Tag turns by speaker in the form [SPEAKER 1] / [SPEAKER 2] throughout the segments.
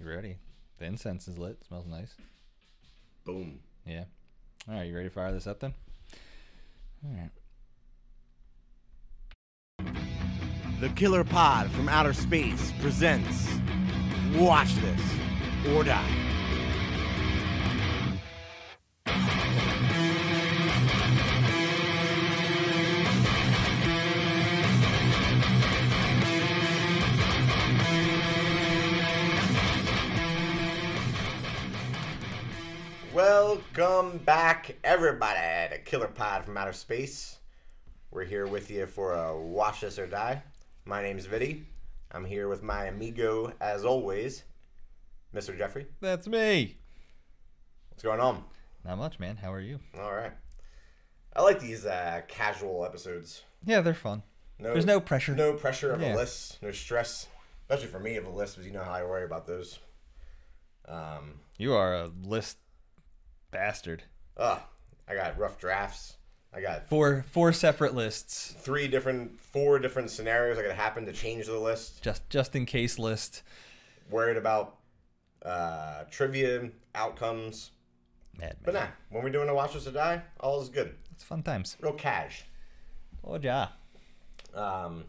[SPEAKER 1] You ready? The incense is lit. Smells nice.
[SPEAKER 2] Boom.
[SPEAKER 1] Yeah. All right, you ready to fire this up then? All right.
[SPEAKER 2] The Killer Pod from Outer Space presents Watch This or Die. Welcome back, everybody, to Killer Pod from Outer Space. We're here with you for a Watch This or Die. My name's Viddy. I'm here with my amigo, as always, Mr. Jeffrey.
[SPEAKER 1] That's me.
[SPEAKER 2] What's going on?
[SPEAKER 1] Not much, man. How are you?
[SPEAKER 2] All right. I like these uh, casual episodes.
[SPEAKER 1] Yeah, they're fun.
[SPEAKER 2] No,
[SPEAKER 1] There's no pressure.
[SPEAKER 2] no pressure of
[SPEAKER 1] Yeah.
[SPEAKER 2] a list, no stress. Especially for me of a list, because you know how I worry about those. Um,
[SPEAKER 1] You are a list bastard.
[SPEAKER 2] ugh, I got rough drafts. I got
[SPEAKER 1] Four four separate lists.
[SPEAKER 2] three different, four different scenarios that could happen to change the list.
[SPEAKER 1] Just just in case list.
[SPEAKER 2] Worried about uh, trivia outcomes.
[SPEAKER 1] Mad
[SPEAKER 2] But
[SPEAKER 1] man.
[SPEAKER 2] nah, when we're doing a Watch Us or Die, all is good.
[SPEAKER 1] It's fun times.
[SPEAKER 2] Real cash.
[SPEAKER 1] Oh yeah.
[SPEAKER 2] Um,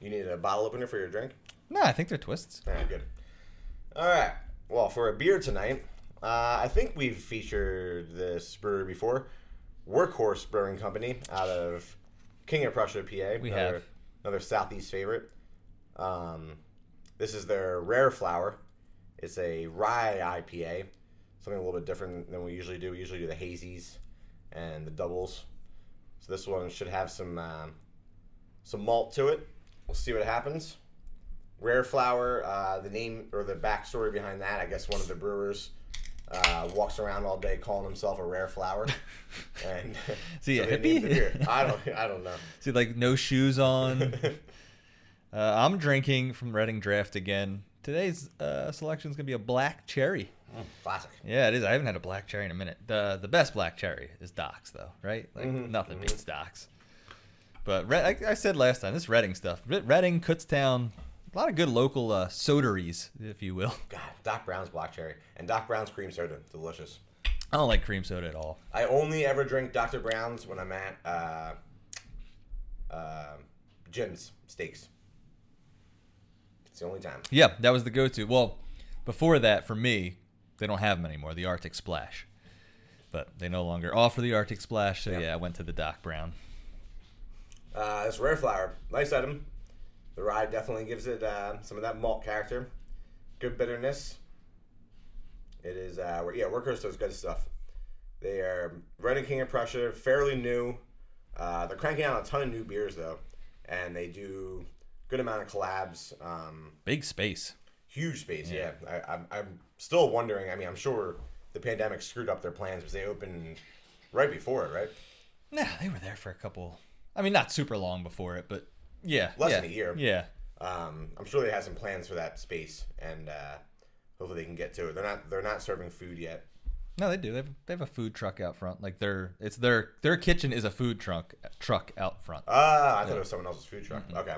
[SPEAKER 2] you need a bottle opener for your drink?
[SPEAKER 1] No, I think they're twists.
[SPEAKER 2] All right, good. All right. Well, for a beer tonight, uh, I think we've featured this brewery before. Workhorse Brewing Company out of King of Prussia, PA.
[SPEAKER 1] We
[SPEAKER 2] another,
[SPEAKER 1] have.
[SPEAKER 2] another southeast favorite. Um, this is their rare flower. It's a rye IPA, something a little bit different than we usually do. We usually do the hazies and the doubles. So this one should have some um some malt to it. We'll see what happens. Rare Flower, uh, the name or the backstory behind that, I guess one of the brewers uh, walks around all day calling himself a rare flower, and
[SPEAKER 1] Is he a
[SPEAKER 2] they named
[SPEAKER 1] hippie?
[SPEAKER 2] the beer. I don't, I don't know.
[SPEAKER 1] See, like no shoes on. Uh, I'm drinking from Reading Draft again. Today's uh, selection is gonna be a black cherry.
[SPEAKER 2] Classic.
[SPEAKER 1] Yeah, it is. I haven't had a black cherry in a minute. the The best black cherry is Doc's, though, right? Like
[SPEAKER 2] Mm-hmm.
[SPEAKER 1] nothing beats Doc's. But Red, I, I said last time, this Reading stuff, Red- Reading, Kutztown, a lot of good local uh, soderies, if you will.
[SPEAKER 2] God, Doc Brown's black cherry and Doc Brown's cream soda, delicious.
[SPEAKER 1] I don't like cream soda at all.
[SPEAKER 2] I only ever drink Dr. Brown's when I'm at uh, uh, Jim's Steaks. It's the only time.
[SPEAKER 1] Yeah, that was the go-to. Well, before that, for me, they don't have them anymore. The Arctic Splash, but they no longer offer the Arctic Splash. So yeah, I went to the Doc Brown.
[SPEAKER 2] Uh, it's rare flower. Nice item. The rye definitely gives it uh, some of that malt character. Good bitterness. It is, uh, we're- yeah, Workhorse does good stuff. They are Reading King of Prussia, fairly new. Uh, they're cranking out a ton of new beers, though. And they do good amount of collabs. Um,
[SPEAKER 1] Big space.
[SPEAKER 2] huge space, yeah. I, I'm, I'm still wondering. I mean, I'm sure the pandemic screwed up their plans because they opened right before it, right?
[SPEAKER 1] Nah, they were there for a couple. I mean, not super long before it, but yeah,
[SPEAKER 2] Less
[SPEAKER 1] yeah,
[SPEAKER 2] than a year.
[SPEAKER 1] Yeah.
[SPEAKER 2] Um, I'm sure they have some plans for that space, and uh, hopefully they can get to it. They're not they're not serving food yet.
[SPEAKER 1] No, they do. They have, they have a food truck out front. Like their it's their their kitchen is a food truck truck out front.
[SPEAKER 2] Ah, I thought it was someone else's food truck. Okay,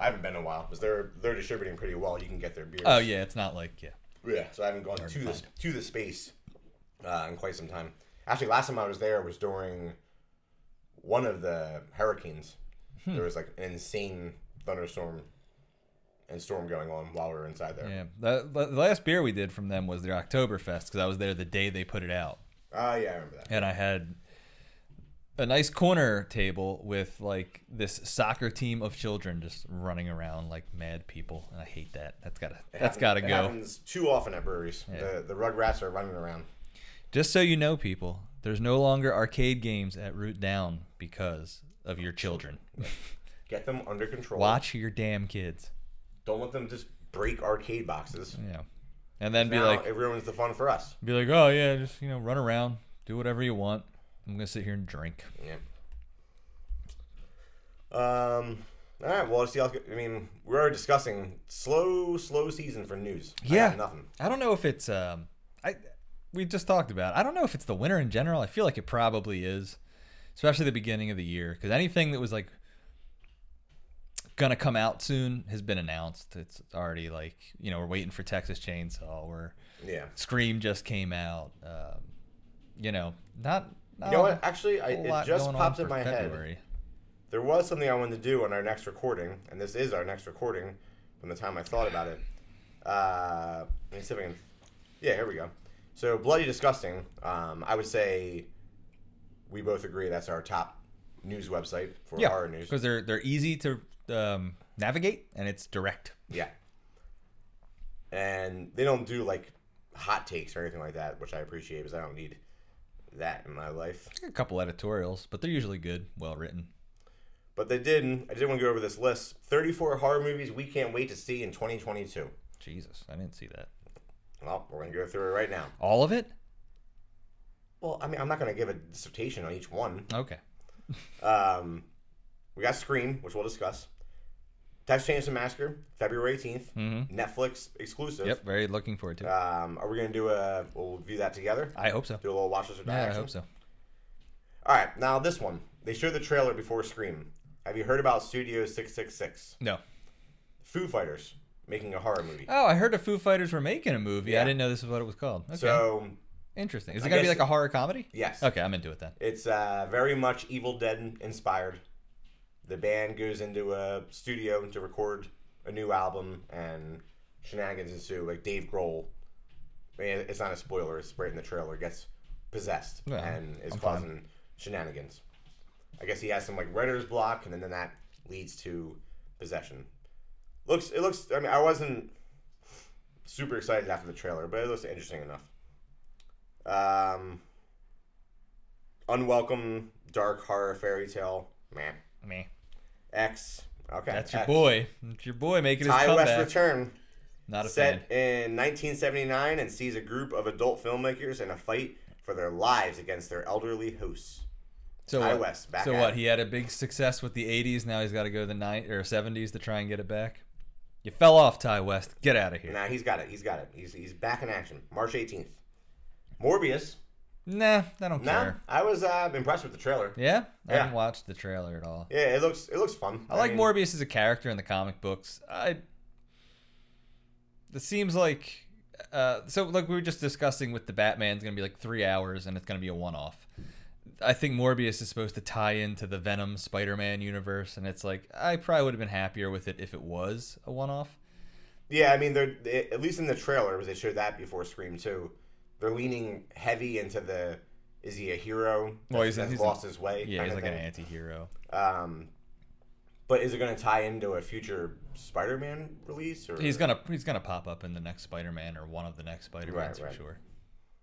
[SPEAKER 2] I haven't been in a while because they're they're distributing pretty well. You can get their beers.
[SPEAKER 1] oh yeah, it's not like yeah.
[SPEAKER 2] Yeah, so I haven't gone to the to the space uh, in quite some time. Actually, last time I was there was during one of the hurricanes.
[SPEAKER 1] Hmm.
[SPEAKER 2] There was like an insane thunderstorm and storm going on while we were inside there.
[SPEAKER 1] Yeah. The, the the last beer we did from them was their Oktoberfest because I was there the day they put it out.
[SPEAKER 2] Ah, yeah, I remember that.
[SPEAKER 1] and I had a nice corner table with like this soccer team of children just running around like mad people, and I hate that. That's gotta that's gotta
[SPEAKER 2] It
[SPEAKER 1] go.
[SPEAKER 2] happens too often at breweries. The the rugrats are running around.
[SPEAKER 1] Just so you know, people, there's no longer arcade games at Root Down because of your children.
[SPEAKER 2] Get them under control.
[SPEAKER 1] Watch your damn kids.
[SPEAKER 2] Don't let them just break arcade boxes.
[SPEAKER 1] Yeah, and then be
[SPEAKER 2] Now
[SPEAKER 1] like,
[SPEAKER 2] it ruins the fun for us.
[SPEAKER 1] be like, oh yeah, just you know, run around, do whatever you want. I'm gonna sit here and drink.
[SPEAKER 2] Yeah. Um. All right. Well, let's see. How, I mean, we are discussing slow, slow season for news. I got
[SPEAKER 1] Yeah.
[SPEAKER 2] nothing.
[SPEAKER 1] I don't know if it's um I we just talked about. it. I don't know if it's the winter in general. I feel like it probably is, especially the beginning of the year cuz anything that was like gonna come out soon has been announced. It's already like you know we're waiting for Texas Chainsaw. We're
[SPEAKER 2] Yeah.
[SPEAKER 1] Scream just came out. Um, you know, not. not
[SPEAKER 2] You know
[SPEAKER 1] a
[SPEAKER 2] what? Actually, I,
[SPEAKER 1] Um, whole
[SPEAKER 2] it
[SPEAKER 1] lot
[SPEAKER 2] just
[SPEAKER 1] going on
[SPEAKER 2] popped in
[SPEAKER 1] for
[SPEAKER 2] my head.
[SPEAKER 1] February.
[SPEAKER 2] There was something I wanted to do on our next recording, and this is our next recording from the time I thought about it. Uh, let me see if I can. Yeah, here we go. So, Bloody Disgusting. Um, I would say we both agree that's our top news website for
[SPEAKER 1] Yeah,
[SPEAKER 2] horror news.
[SPEAKER 1] because they're they're easy to um, navigate and it's direct.
[SPEAKER 2] Yeah. And they don't do like hot takes or anything like that, which I appreciate because I don't need that in my life.
[SPEAKER 1] A couple editorials, but they're usually good, well written.
[SPEAKER 2] But they did. I did want to go over this list: thirty-four horror movies we can't wait to see in 2022.
[SPEAKER 1] Jesus, I didn't see that.
[SPEAKER 2] Well, we're gonna go through it right now.
[SPEAKER 1] All of it?
[SPEAKER 2] Well, I mean, I'm not gonna give a dissertation on each one.
[SPEAKER 1] Okay.
[SPEAKER 2] Um, we got Scream, which we'll discuss. Text Change the Massacre, February 18th,
[SPEAKER 1] Mhm.
[SPEAKER 2] Netflix exclusive.
[SPEAKER 1] Yep. Very looking forward to it.
[SPEAKER 2] Um, are we gonna do a? We'll review that together.
[SPEAKER 1] I hope so.
[SPEAKER 2] Do a little watch list or
[SPEAKER 1] Yeah, I
[SPEAKER 2] action?
[SPEAKER 1] hope so.
[SPEAKER 2] All right, now this one. They showed the trailer before Scream. Have you heard about Studio 666?
[SPEAKER 1] No.
[SPEAKER 2] Foo Fighters making a horror movie.
[SPEAKER 1] Oh, I heard the Foo Fighters were making a movie.
[SPEAKER 2] Yeah.
[SPEAKER 1] I didn't know this is what it was called. Okay.
[SPEAKER 2] So,
[SPEAKER 1] Interesting. Is it
[SPEAKER 2] I
[SPEAKER 1] gonna be
[SPEAKER 2] guess-
[SPEAKER 1] like a horror comedy?
[SPEAKER 2] yes.
[SPEAKER 1] Okay, I'm into it then.
[SPEAKER 2] It's uh, very much Evil Dead inspired. The band goes into a studio to record a new album, and shenanigans ensue. Like Dave Grohl, I mean, it's not a spoiler; it's right in the trailer. Gets possessed
[SPEAKER 1] Yeah,
[SPEAKER 2] and is
[SPEAKER 1] I'm fine.
[SPEAKER 2] causing shenanigans. I guess he has some like writer's block, and then that leads to possession. Looks it looks. I mean, I wasn't super excited after the trailer, but it looks interesting enough. Um, unwelcome dark horror fairy tale. Man,
[SPEAKER 1] Me.
[SPEAKER 2] X. Okay,
[SPEAKER 1] That's your
[SPEAKER 2] X.
[SPEAKER 1] boy. That's your boy making his
[SPEAKER 2] Ty West
[SPEAKER 1] comeback.
[SPEAKER 2] Return,
[SPEAKER 1] Not a fan.
[SPEAKER 2] set in 1979, and sees a group of adult filmmakers in a fight for their lives against their elderly hosts.
[SPEAKER 1] So
[SPEAKER 2] Ty
[SPEAKER 1] what?
[SPEAKER 2] West, back
[SPEAKER 1] so
[SPEAKER 2] at
[SPEAKER 1] what?
[SPEAKER 2] it.
[SPEAKER 1] He had a big success with the '80s. Now he's got to go to the '90s or '70s to try and get it back. You fell off, Ty West. Get out of here.
[SPEAKER 2] Now he's got it. He's got it. He's he's back in action. March 18th. Morbius.
[SPEAKER 1] Nah, I don't
[SPEAKER 2] Nah,
[SPEAKER 1] care.
[SPEAKER 2] I was uh, impressed with the trailer. Yeah,
[SPEAKER 1] Yeah, I
[SPEAKER 2] Yeah.
[SPEAKER 1] haven't watched the trailer at all.
[SPEAKER 2] it looks it looks fun.
[SPEAKER 1] I, like
[SPEAKER 2] mean,
[SPEAKER 1] Morbius as a character in the comic books. I. It seems like, uh, so like we were just discussing with the Batman's gonna be like three hours and it's gonna be a one-off. I think Morbius is supposed to tie into the Venom Spider-Man universe, and it's like I probably would have been happier with it if it was a one-off.
[SPEAKER 2] Yeah, I mean, they're they, at least in the trailer because they showed that before Scream Two. They're leaning heavy into the is he a hero?
[SPEAKER 1] Well,
[SPEAKER 2] that's-
[SPEAKER 1] he's-
[SPEAKER 2] that's
[SPEAKER 1] he's
[SPEAKER 2] lost his way.
[SPEAKER 1] Yeah,
[SPEAKER 2] kind
[SPEAKER 1] he's
[SPEAKER 2] of
[SPEAKER 1] like an
[SPEAKER 2] thing.
[SPEAKER 1] anti-hero.
[SPEAKER 2] Um, but is it going to tie into a future Spider-Man release? Or
[SPEAKER 1] He's gonna he's gonna pop up in the next Spider-Man or one of the next Spider-Mans
[SPEAKER 2] Right,
[SPEAKER 1] for
[SPEAKER 2] right.
[SPEAKER 1] sure,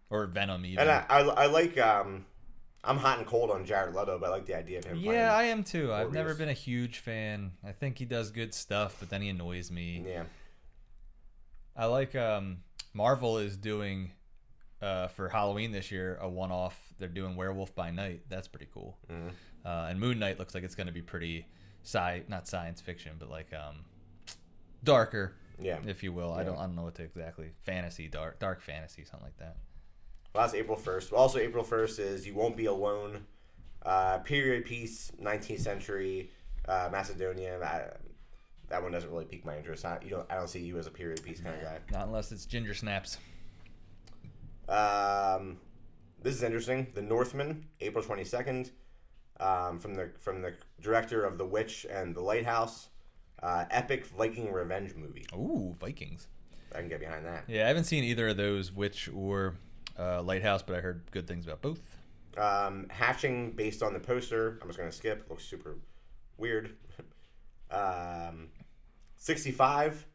[SPEAKER 1] or Venom even.
[SPEAKER 2] And I, I, I like um, I'm hot and cold on Jared Leto, but I like the idea of him.
[SPEAKER 1] yeah, I am too. I've never
[SPEAKER 2] Morbius.
[SPEAKER 1] been a huge fan. I think he does good stuff, but then he annoys me.
[SPEAKER 2] playing. yeah.
[SPEAKER 1] I like um, Marvel is doing uh, for Halloween this year a one-off. They're doing Werewolf by Night. That's pretty cool.
[SPEAKER 2] Mhm.
[SPEAKER 1] Uh, and Moon Knight looks like it's gonna be pretty sci not science fiction, but like um, darker,
[SPEAKER 2] Yeah.
[SPEAKER 1] if you will. I
[SPEAKER 2] Yeah.
[SPEAKER 1] don't I don't know what to exactly fantasy dark dark fantasy something like that.
[SPEAKER 2] Well, that's April 1st. Also, April 1st is You Won't Be Alone, uh, period piece, 19th century, uh, Macedonia. I, that one doesn't really pique my interest. I, you don't, I don't see you as a period piece kind of
[SPEAKER 1] Not unless it's ginger snaps.
[SPEAKER 2] guy. Um, this is interesting. The Northman, April 22nd, um, from the from the director of The Witch and The Lighthouse. Uh, epic Viking revenge movie.
[SPEAKER 1] Ooh, Vikings.
[SPEAKER 2] I can get behind that.
[SPEAKER 1] Yeah, I haven't seen either of those, Witch or uh, Lighthouse, but I heard good things about both.
[SPEAKER 2] Um, hatching based on the poster. I'm just gonna skip. Looks super weird. um, 65.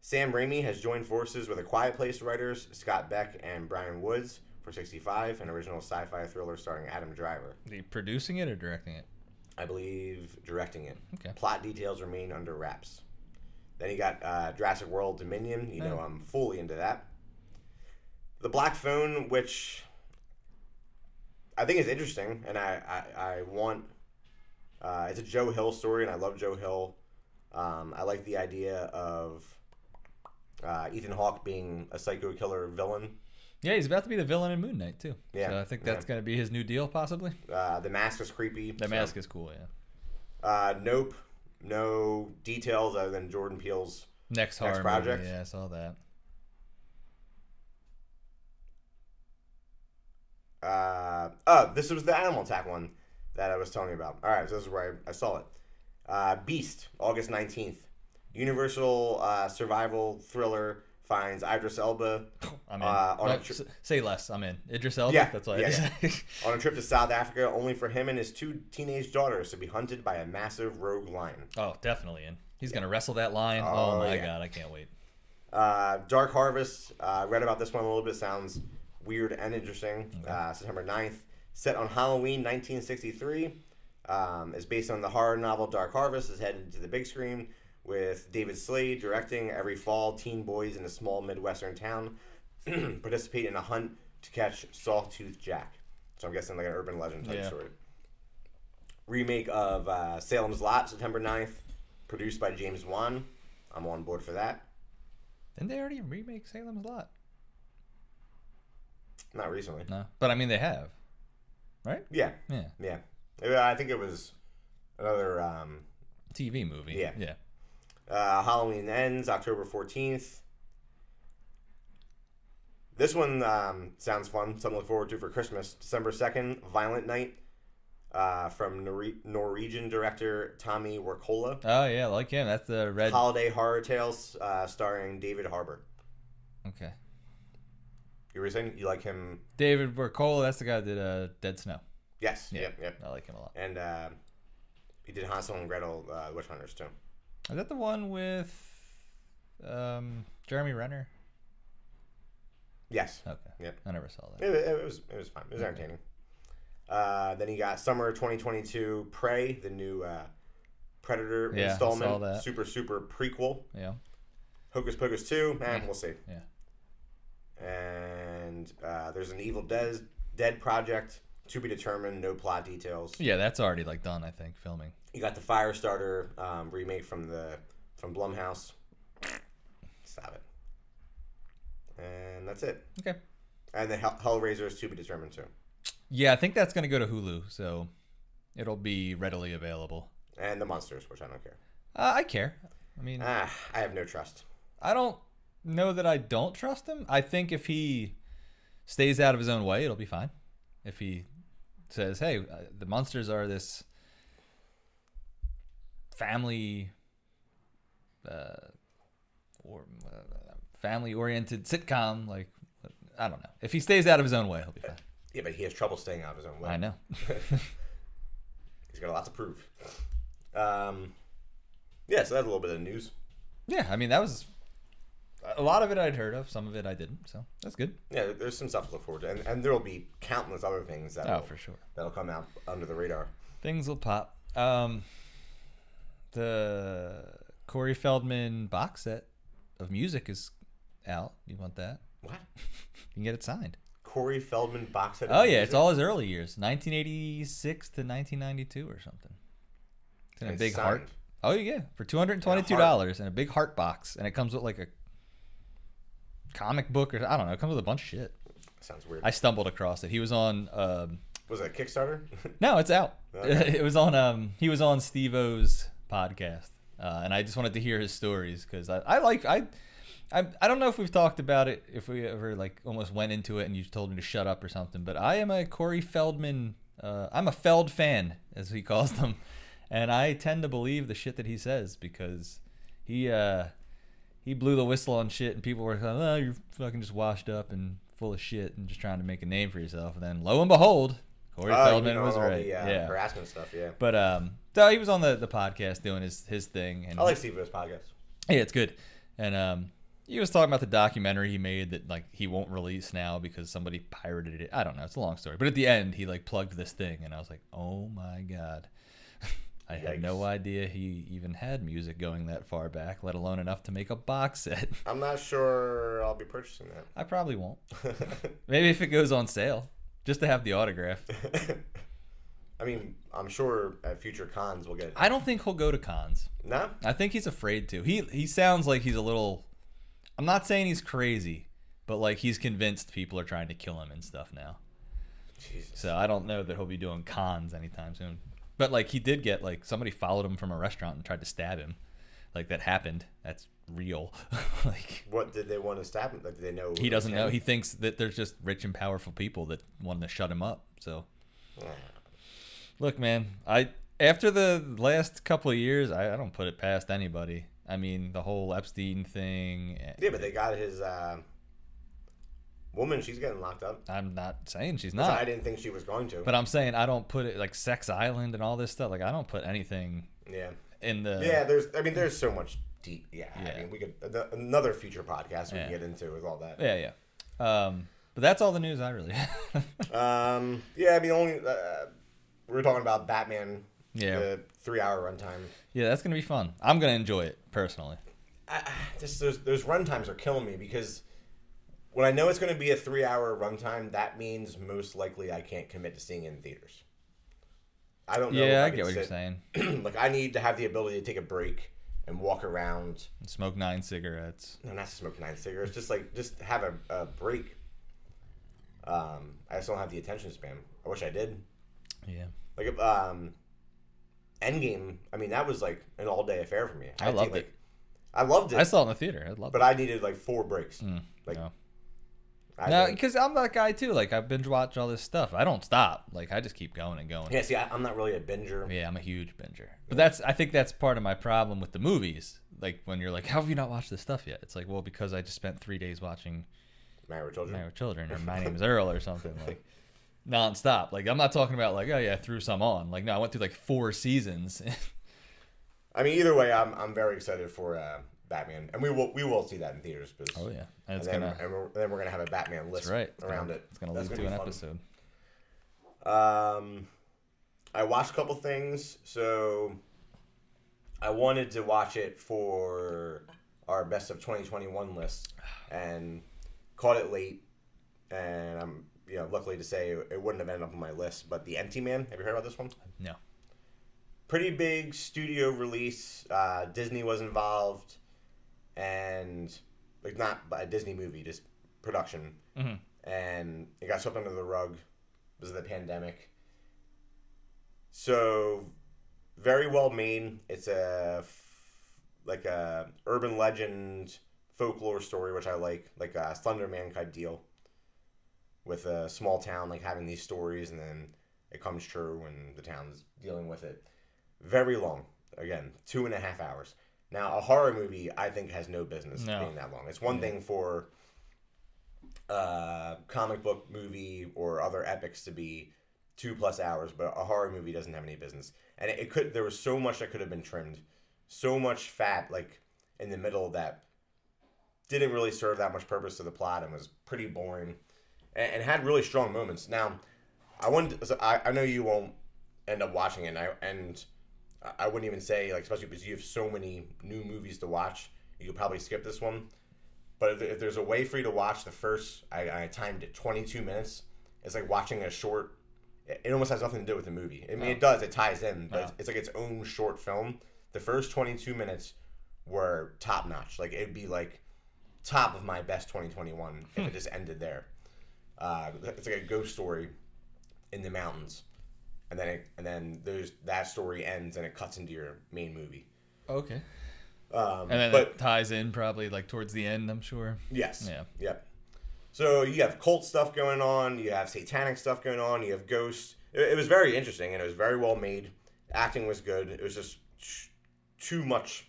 [SPEAKER 2] Sam Raimi has joined forces with A Quiet Place writers Scott Beck and Brian Woods for 65, an original sci-fi thriller starring Adam Driver.
[SPEAKER 1] Are you producing it or directing it?
[SPEAKER 2] I believe directing it.
[SPEAKER 1] Okay.
[SPEAKER 2] Plot details remain under wraps. Then you got uh, Jurassic World Dominion. You know,
[SPEAKER 1] Oh.
[SPEAKER 2] I'm fully into that. The Black Phone, which I think is interesting, and I I, I want. Uh, it's a Joe Hill story, and I love Joe Hill. Um, I like the idea of uh, Ethan Hawke being a psycho killer villain.
[SPEAKER 1] Yeah, he's about to be the villain in Moon Knight, too.
[SPEAKER 2] Yeah,
[SPEAKER 1] So I think
[SPEAKER 2] yeah.
[SPEAKER 1] that's going to be his new deal, possibly.
[SPEAKER 2] Uh, the mask is creepy.
[SPEAKER 1] That
[SPEAKER 2] so-
[SPEAKER 1] mask is cool, yeah.
[SPEAKER 2] Uh, nope. no details other than Jordan Peele's.
[SPEAKER 1] Next horror
[SPEAKER 2] project?
[SPEAKER 1] movie. Yeah, I saw that.
[SPEAKER 2] Uh, oh, this was the animal attack one that I was telling you about. All right, so this is where I, I saw it. Uh, Beast, August 19th. Universal uh, survival thriller finds Idris Elba
[SPEAKER 1] I'm in.
[SPEAKER 2] Uh, on
[SPEAKER 1] No,
[SPEAKER 2] a tr-
[SPEAKER 1] s- say less. I'm in. Idris Elba.
[SPEAKER 2] Yeah,
[SPEAKER 1] That's what I
[SPEAKER 2] yeah,
[SPEAKER 1] just-
[SPEAKER 2] on a trip to South Africa, only for him and his two teenage daughters to be hunted by a massive rogue lion.
[SPEAKER 1] Oh, definitely in. He's gonna wrestle that line. Oh,
[SPEAKER 2] Oh,
[SPEAKER 1] my
[SPEAKER 2] yeah.
[SPEAKER 1] god, I can't wait.
[SPEAKER 2] Uh, Dark Harvest, uh, read about this one a little bit, sounds weird and interesting. Uh, September 9th, set on Halloween 1963, um, is based on the horror novel Dark Harvest, is headed to the big screen with David Slade directing. Every fall, teen boys in a small Midwestern town participate in a hunt to catch Sawtooth Jack. So I'm guessing like an urban legend type
[SPEAKER 1] Yeah.
[SPEAKER 2] story. Remake of uh, Salem's Lot, September 9th, produced by James Wan. I'm on board for that.
[SPEAKER 1] Didn't they already remake Salem's Lot?
[SPEAKER 2] Not recently.
[SPEAKER 1] No, but I mean they have, right?
[SPEAKER 2] Yeah,
[SPEAKER 1] Yeah,
[SPEAKER 2] yeah. Yeah, I think it was another um,
[SPEAKER 1] TV movie.
[SPEAKER 2] Yeah.
[SPEAKER 1] yeah.
[SPEAKER 2] uh, Halloween ends October fourteenth. This one um, sounds fun. Something to look forward to for Christmas. December second, Violent Night, uh, from Nor- Norwegian director Tommy Wirkola.
[SPEAKER 1] Oh yeah, like him. That's the red.
[SPEAKER 2] Holiday horror tales uh, starring David Harbour.
[SPEAKER 1] okay,
[SPEAKER 2] You were saying you like him?
[SPEAKER 1] David Wirkola. That's the guy that did uh, Dead Snow.
[SPEAKER 2] Yes.
[SPEAKER 1] Yeah.
[SPEAKER 2] Yep. Yep.
[SPEAKER 1] I like him a lot.
[SPEAKER 2] And uh, he did Hansel and Gretel, uh, Witch Hunters too.
[SPEAKER 1] Is that the one with um, Jeremy Renner?
[SPEAKER 2] Yes.
[SPEAKER 1] Okay.
[SPEAKER 2] Yep.
[SPEAKER 1] I never saw that.
[SPEAKER 2] It, it was it was fine. It was
[SPEAKER 1] Mm-hmm.
[SPEAKER 2] entertaining. Uh, then you got summer 2022 Prey, the new uh, Predator
[SPEAKER 1] Yeah, I
[SPEAKER 2] installment,
[SPEAKER 1] saw that.
[SPEAKER 2] super super prequel.
[SPEAKER 1] Yeah.
[SPEAKER 2] Hocus Pocus 2, and
[SPEAKER 1] Mm-hmm.
[SPEAKER 2] we'll see.
[SPEAKER 1] Yeah.
[SPEAKER 2] And uh, there's an Evil Dead Dead project to be determined. No plot details.
[SPEAKER 1] Yeah, that's already like done. I think filming.
[SPEAKER 2] You got the Firestarter um, remake from the from Blumhouse. Stop it. And that's it.
[SPEAKER 1] Okay.
[SPEAKER 2] And then Hell- Hellraiser is to be determined too.
[SPEAKER 1] Yeah, I think that's gonna go to Hulu, so it'll be readily available.
[SPEAKER 2] And the monsters, which I don't care.
[SPEAKER 1] Uh, I care. I mean,
[SPEAKER 2] Ah, I have no trust.
[SPEAKER 1] I don't know that I don't trust him. I think if he stays out of his own way, it'll be fine. If he says, "Hey, uh, the monsters are this family uh, or uh, family-oriented sitcom," like I don't know. If he stays out of his own way, he'll be fine.
[SPEAKER 2] Yeah, but he has trouble staying out of his own way.
[SPEAKER 1] I know.
[SPEAKER 2] He's got a lot to prove. Um, yeah, so that's a little bit of news.
[SPEAKER 1] Yeah, I mean that was a lot of it I'd heard of, some of it I didn't, so that's good.
[SPEAKER 2] Yeah, there's some stuff to look forward to, and, and there will be countless other things that
[SPEAKER 1] Oh, for sure.
[SPEAKER 2] that'll come out under the radar.
[SPEAKER 1] Things will pop. Um, the Corey Feldman box set of music is out. You want that?
[SPEAKER 2] What?
[SPEAKER 1] You can get it signed.
[SPEAKER 2] Corey Feldman box set. of
[SPEAKER 1] Oh yeah,
[SPEAKER 2] music?
[SPEAKER 1] it's all his early years, 1986 to 1992 or something. It's in a
[SPEAKER 2] It's
[SPEAKER 1] big heart.
[SPEAKER 2] signed.
[SPEAKER 1] Oh yeah, for 222
[SPEAKER 2] And a
[SPEAKER 1] dollars and a big heart box, and it comes with like a comic book or I don't know. It comes with a bunch of shit.
[SPEAKER 2] Sounds weird.
[SPEAKER 1] I stumbled across it. He was on. Um,
[SPEAKER 2] Was it a Kickstarter?
[SPEAKER 1] No, it's out.
[SPEAKER 2] Okay.
[SPEAKER 1] it was on. Um, he was on Steve O's podcast, uh, and I just wanted to hear his stories because I, I like I, I I don't know if we've talked about it if we ever like almost went into it and you told me to shut up or something. But I am a Corey Feldman. Uh, I'm a Feld fan, as he calls them, and I tend to believe the shit that he says because he. Uh, he blew the whistle on shit, and people were like, "Oh, you're fucking just washed up and full of shit, and just trying to make a name for yourself." And then, lo and behold, Corey
[SPEAKER 2] Oh, you
[SPEAKER 1] Feldman
[SPEAKER 2] know,
[SPEAKER 1] was
[SPEAKER 2] all
[SPEAKER 1] right.
[SPEAKER 2] The, uh,
[SPEAKER 1] yeah,
[SPEAKER 2] Harassment stuff. Yeah.
[SPEAKER 1] but um, so he was on the, the podcast doing his his thing, and
[SPEAKER 2] I like Steve O's podcast.
[SPEAKER 1] yeah, it's good. And um, he was talking about the documentary he made that like he won't release now because somebody pirated it. I don't know. It's a long story. But at the end, he like plugged this thing, and I was like, oh my god, I had no
[SPEAKER 2] Yikes.
[SPEAKER 1] idea he even had music going that far back, let alone enough to make a box set.
[SPEAKER 2] I'm not sure I'll be purchasing
[SPEAKER 1] I probably won't.
[SPEAKER 2] that.
[SPEAKER 1] Maybe if it goes on sale, just to have the autograph.
[SPEAKER 2] I mean, I'm sure at future cons we'll get.
[SPEAKER 1] I don't think he'll go to cons.
[SPEAKER 2] No.
[SPEAKER 1] I think he's afraid to. He he sounds like he's a little. I'm not saying he's crazy, but like he's convinced people are trying to kill him and stuff now.
[SPEAKER 2] Jesus.
[SPEAKER 1] So I don't know that he'll be doing cons anytime soon. But like he did get like somebody followed him from a restaurant and tried to stab him. Like that happened. That's real. like
[SPEAKER 2] What did they want to stab him? Like, did they know? it
[SPEAKER 1] he
[SPEAKER 2] was
[SPEAKER 1] doesn't know.
[SPEAKER 2] him?
[SPEAKER 1] He thinks that there's just rich and powerful people that want to shut him up. So look, man, I after the last couple of years, I, I don't put it past anybody. I mean, the whole Epstein thing. eh,
[SPEAKER 2] Yeah, but they got his uh, woman. She's getting locked up.
[SPEAKER 1] I'm not saying she's
[SPEAKER 2] So
[SPEAKER 1] not.
[SPEAKER 2] I didn't think she was going to.
[SPEAKER 1] Ah. But I'm saying I don't put it like Sex Island and all this stuff. Like I don't put anything
[SPEAKER 2] yeah.
[SPEAKER 1] in the
[SPEAKER 2] Yeah, there's. I mean, there's so much deep. Yeah,
[SPEAKER 1] Yeah.
[SPEAKER 2] I mean, we could ano- another future podcast we
[SPEAKER 1] Yeah.
[SPEAKER 2] can get into with all that.
[SPEAKER 1] yeah yeah. Um, but that's all the news I really.
[SPEAKER 2] Um, yeah, I mean, only uh, we were talking about Batman.
[SPEAKER 1] Yeah.
[SPEAKER 2] The three-hour runtime.
[SPEAKER 1] yeah, that's gonna be fun. I'm gonna enjoy it personally.
[SPEAKER 2] I, just those those runtimes are killing me because when I know it's going to be a three-hour runtime, that means most likely I can't commit to seeing it in theaters. I don't know. if
[SPEAKER 1] yeah, I
[SPEAKER 2] can
[SPEAKER 1] get what you're
[SPEAKER 2] sit-
[SPEAKER 1] saying.
[SPEAKER 2] like I need to have the ability to take a break and walk around
[SPEAKER 1] Smoke nine cigarettes.
[SPEAKER 2] no, not smoke nine cigarettes, just like just have a, a break. Um, I just don't have the attention span. I wish I did.
[SPEAKER 1] Yeah,
[SPEAKER 2] Like um, Endgame. I mean, that was like an all day affair for me.
[SPEAKER 1] I
[SPEAKER 2] had to
[SPEAKER 1] loved
[SPEAKER 2] take,
[SPEAKER 1] it.
[SPEAKER 2] like- I loved it,
[SPEAKER 1] I saw it in the theater. I love
[SPEAKER 2] but I needed like four breaks.
[SPEAKER 1] it.
[SPEAKER 2] Like
[SPEAKER 1] No.
[SPEAKER 2] I
[SPEAKER 1] Hmm. No,
[SPEAKER 2] did.
[SPEAKER 1] because I'm that guy too. Like I binge watch all this stuff. I don't stop. Like I just keep going and going.
[SPEAKER 2] yeah. See, I, I'm not really a binger.
[SPEAKER 1] Yeah, I'm a huge binger. But that's I think that's part of my problem with the movies. Like when you're like, how have you not watched this stuff yet? It's like, well, because I just spent three days watching
[SPEAKER 2] Married with children.
[SPEAKER 1] Married with Children or My Name Is Earl or something like nonstop. Like I'm not talking about like, oh yeah, I threw some on. Like no, I went through like four seasons.
[SPEAKER 2] I mean, either way, I'm I'm very excited for uh, Batman, and we will we will see that in theaters. because-
[SPEAKER 1] oh yeah, and it's
[SPEAKER 2] and then,
[SPEAKER 1] gonna.
[SPEAKER 2] and we're, then we're gonna have a Batman list
[SPEAKER 1] That's right. It's
[SPEAKER 2] around
[SPEAKER 1] gonna-
[SPEAKER 2] it.
[SPEAKER 1] It's gonna
[SPEAKER 2] That's
[SPEAKER 1] lead to
[SPEAKER 2] be
[SPEAKER 1] an
[SPEAKER 2] fun.
[SPEAKER 1] episode.
[SPEAKER 2] Um, I watched a couple things, so I wanted to watch it for our best of 2021 list, and caught it late. And I'm, you know, luckily to say it wouldn't have ended up on my list. But the Empty Man, have you heard about this one?
[SPEAKER 1] No.
[SPEAKER 2] Pretty big studio release. Uh, Disney was involved, and like not a Disney movie, just production
[SPEAKER 1] Mhm.
[SPEAKER 2] and it got swept under the rug because of the pandemic. So, very well made. It's a f- like a urban legend folklore story, which I like, like a Slender Man type deal, with a small town like having these stories, and then it comes true, and the town's dealing with it. Very long. Again, two and a half hours. Now, a horror movie, I think, has no business
[SPEAKER 1] No.
[SPEAKER 2] being that long. It's one thing for uh, comic book movie or other epics to be two plus hours, but a horror movie doesn't have any business. And it, it could there was so much that could have been trimmed, so much fat like in the middle that didn't really serve that much purpose to the plot and was pretty boring, and, and had really strong moments. Now, I wouldn't. So I, I know you won't end up watching it, and I, and I- I wouldn't even say like especially because you have so many new movies to watch, you could probably skip this one. But if, if there's a way for you to watch the first, I, I timed it 22 minutes. It's like watching a short. It it almost has nothing to do with the movie. I mean, it does. It ties in, but it's, it's like its own short film. The first 22 minutes were top notch. Like it'd be like top of my best 2021 if it just ended there. Uh, it's like a ghost story in the mountains, and then it, and then there's that story ends and it cuts into your main movie.
[SPEAKER 1] Okay.
[SPEAKER 2] Um,
[SPEAKER 1] And then
[SPEAKER 2] but
[SPEAKER 1] it ties in probably like towards the end. I'm sure.
[SPEAKER 2] Yes.
[SPEAKER 1] Yeah.
[SPEAKER 2] Yep. So you have cult stuff going on, you have satanic stuff going on, you have ghosts. It, it was very interesting and it was very well made. Acting was good. It was just t- too much.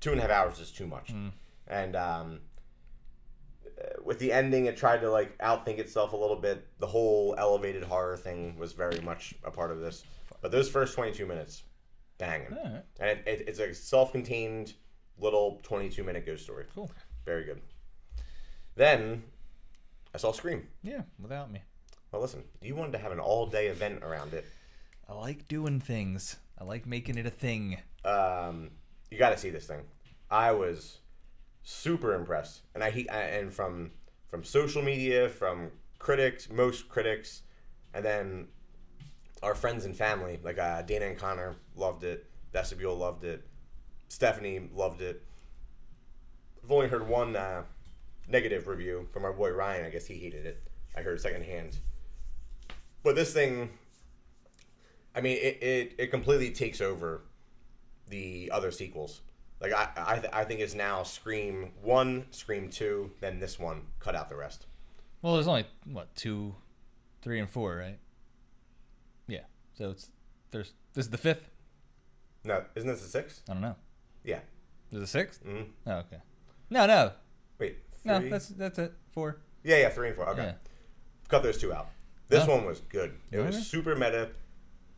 [SPEAKER 2] Two and a half hours is too much.
[SPEAKER 1] Mm.
[SPEAKER 2] And um, uh, with the ending, it tried to like outthink itself a little bit. The whole elevated horror thing was very much a part of this. But those first 22 minutes, banging.
[SPEAKER 1] All right.
[SPEAKER 2] And it, it, it's a self contained little 22 minute ghost story.
[SPEAKER 1] Cool.
[SPEAKER 2] Very good. Then I saw Scream.
[SPEAKER 1] Yeah. Without me.
[SPEAKER 2] Well, listen, you wanted to have an all day event around it.
[SPEAKER 1] I like doing things. I like making it a thing.
[SPEAKER 2] Um, you got to see this thing. I was super impressed, and I, he- I and from from social media, from critics, most critics, and then our friends and family, like uh, Dana and Connor, loved it. Vestibule loved it. Stephanie loved it. I've only heard one uh, negative review from our boy Ryan. I guess he hated it. I heard secondhand. But this thing, I mean, it, it, it completely takes over the other sequels. Like I I, th- I think it's now Scream one, Scream two, then this one. Cut out the rest.
[SPEAKER 1] Well, there's only what two, three, and four, right? Yeah. So it's there's this is the fifth.
[SPEAKER 2] No, isn't this the sixth?
[SPEAKER 1] I don't know.
[SPEAKER 2] Yeah.
[SPEAKER 1] There's a sixth.
[SPEAKER 2] Mhm.
[SPEAKER 1] Oh, okay. No, no,
[SPEAKER 2] Wait.
[SPEAKER 1] no.
[SPEAKER 2] three?
[SPEAKER 1] That's that's it. Four.
[SPEAKER 2] yeah, yeah, three and four. Okay.
[SPEAKER 1] Yeah.
[SPEAKER 2] Cut those two out. This
[SPEAKER 1] Oh.
[SPEAKER 2] one was good. It
[SPEAKER 1] Okay.
[SPEAKER 2] was super meta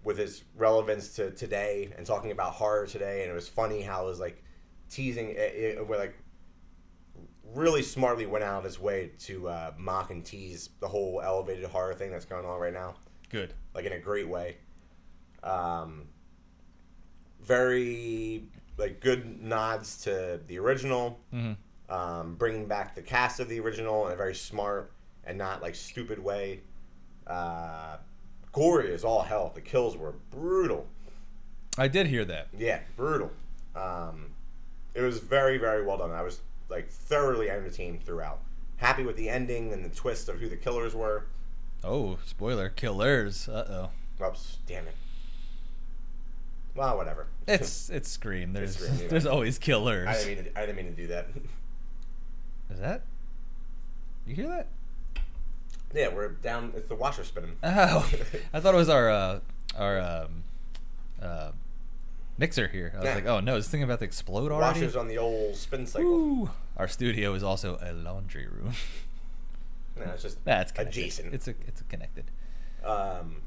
[SPEAKER 2] with its relevance to today and talking about horror today, and it was funny how it was like teasing. It, it, it were, like really smartly went out of its way to uh, mock and tease the whole elevated horror thing that's going on right now.
[SPEAKER 1] Good.
[SPEAKER 2] like in a great way. Um, very like good nods to the original,
[SPEAKER 1] Mhm.
[SPEAKER 2] um, bringing back the cast of the original in a very smart and not like stupid way. Uh, gory is all hell. The kills were brutal.
[SPEAKER 1] I did hear that.
[SPEAKER 2] Yeah, brutal. Um, it was very very well done. I was like thoroughly entertained throughout. Happy with the ending and the twist of who the killers were.
[SPEAKER 1] Oh, spoiler! Killers. Uh oh.
[SPEAKER 2] Oops, damn it. Well, whatever.
[SPEAKER 1] It's it's Scream. There's
[SPEAKER 2] Scream, yeah.
[SPEAKER 1] there's always killers.
[SPEAKER 2] I didn't mean to, I didn't mean to do that.
[SPEAKER 1] Is that? You hear that?
[SPEAKER 2] yeah, we're down. It's the washer spinning.
[SPEAKER 1] Oh, I thought it was our uh, our um, uh, mixer here. I was
[SPEAKER 2] Yeah.
[SPEAKER 1] like, oh no, is this thing about to explode already?
[SPEAKER 2] Washer's on the old spin cycle.
[SPEAKER 1] Woo. Our studio is also a laundry room.
[SPEAKER 2] No, it's just
[SPEAKER 1] That's connected.
[SPEAKER 2] adjacent.
[SPEAKER 1] It's a it's connected.
[SPEAKER 2] um,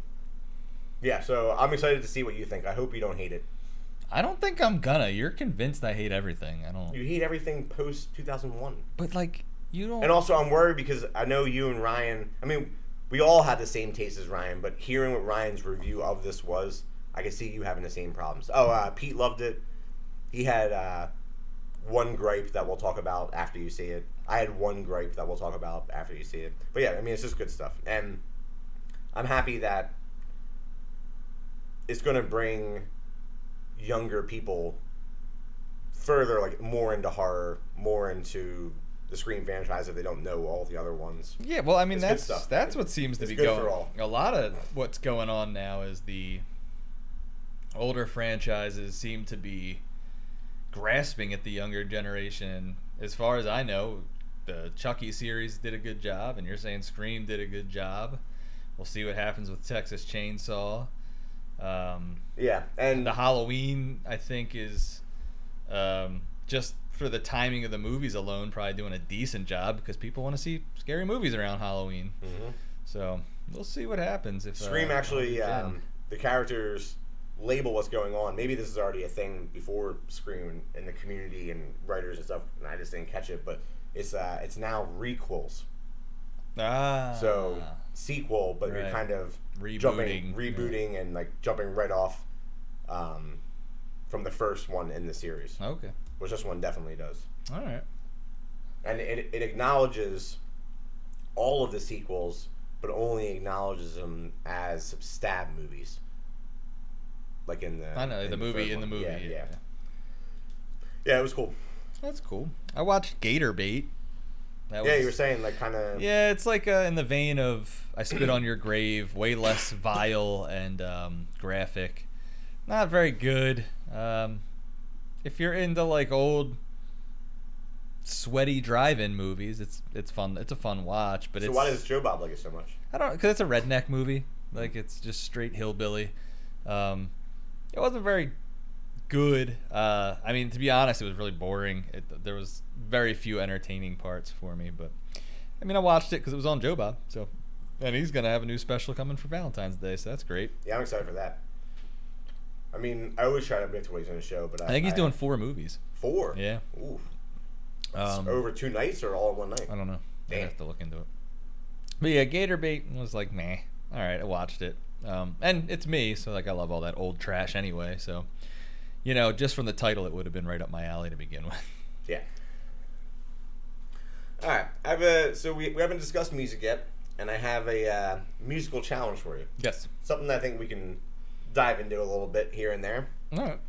[SPEAKER 2] yeah. So I'm excited to see what you think. I hope you don't hate it.
[SPEAKER 1] I don't think I'm gonna. You're convinced I hate everything. I don't.
[SPEAKER 2] You hate everything post 2001.
[SPEAKER 1] but like you don't.
[SPEAKER 2] And also, I'm worried because I know you and Ryan. I mean, we all had the same taste as Ryan, but hearing what Ryan's review of this was, I could see you having the same problems. Oh, uh, Pete loved it. He had uh, one gripe that we'll talk about after you see it. I had one gripe that we'll talk about after you see it. But yeah, I mean, it's just good stuff, and I'm happy that it's going to bring younger people further like more into horror, more into the Scream franchise if they don't know all the other ones.
[SPEAKER 1] yeah, well, I mean
[SPEAKER 2] It's good
[SPEAKER 1] that's
[SPEAKER 2] stuff.
[SPEAKER 1] that's what seems to
[SPEAKER 2] It's
[SPEAKER 1] be
[SPEAKER 2] good
[SPEAKER 1] going.
[SPEAKER 2] for all.
[SPEAKER 1] A lot of what's going on now is the older franchises seem to be grasping at the younger generation. As far as I know, the Chucky series did a good job, and you're saying Scream did a good job. We'll see what happens with Texas Chainsaw. Um,
[SPEAKER 2] Yeah, and
[SPEAKER 1] the Halloween I think is um, just for the timing of the movies alone probably doing a decent job because people want to see scary movies around Halloween.
[SPEAKER 2] Mhm.
[SPEAKER 1] So we'll see what happens if
[SPEAKER 2] Scream
[SPEAKER 1] uh,
[SPEAKER 2] actually
[SPEAKER 1] Jen-
[SPEAKER 2] um, the characters label what's going on. Maybe this is already a thing before Scream in the community and writers and stuff, and I just didn't catch it. But it's uh, it's now requels,
[SPEAKER 1] ah,
[SPEAKER 2] so sequel, but you're
[SPEAKER 1] Right.
[SPEAKER 2] kind of
[SPEAKER 1] Rebooting,
[SPEAKER 2] jumping,
[SPEAKER 1] yeah.
[SPEAKER 2] rebooting, and like jumping right off um, from the first one in the series,
[SPEAKER 1] okay,
[SPEAKER 2] which this one definitely does.
[SPEAKER 1] all right,
[SPEAKER 2] and it, it acknowledges all of the sequels, but only acknowledges them as stab movies. Like in the
[SPEAKER 1] I know the,
[SPEAKER 2] third
[SPEAKER 1] movie in
[SPEAKER 2] one.
[SPEAKER 1] the movie,
[SPEAKER 2] yeah, yeah,
[SPEAKER 1] yeah.
[SPEAKER 2] Yeah, it was cool.
[SPEAKER 1] that's cool. I watched Gator Bait. That
[SPEAKER 2] yeah, you were saying like kind of
[SPEAKER 1] Yeah, it's like uh, in the vein of I spit on your grave, way less vile and um, graphic. Not very good. Um, if you're into like old sweaty drive-in movies, it's it's fun. It's a fun watch, but
[SPEAKER 2] So
[SPEAKER 1] it's
[SPEAKER 2] why does Joe Bob like it so much?
[SPEAKER 1] I don't because it's a redneck movie. Like it's just straight hillbilly. Um, it wasn't very good. Uh, I mean, to be honest, it was really boring. It, there was very few entertaining parts for me. But I mean, I watched it because it was on Joe Bob. So, and he's gonna have a new special coming for Valentine's Day, so that's great.
[SPEAKER 2] Yeah, I'm excited for that. I mean, I always try to make to what he's on the show, but I,
[SPEAKER 1] I think he's doing four movies.
[SPEAKER 2] four.
[SPEAKER 1] Yeah.
[SPEAKER 2] Ooh,
[SPEAKER 1] Um,
[SPEAKER 2] over two nights or all in one night?
[SPEAKER 1] I don't know. I
[SPEAKER 2] Damn.
[SPEAKER 1] have to look into it. But yeah, Gator Bait was like, meh. All right, I watched it. Um, and it's me, so like I love all that old trash anyway. So, you know, just from the title, it would have been right up my alley to begin with.
[SPEAKER 2] Yeah. All right. I have a so we, we haven't discussed music yet, and I have a uh, musical challenge for you.
[SPEAKER 1] yes.
[SPEAKER 2] Something that I think we can dive into a little bit here and there,
[SPEAKER 1] All right.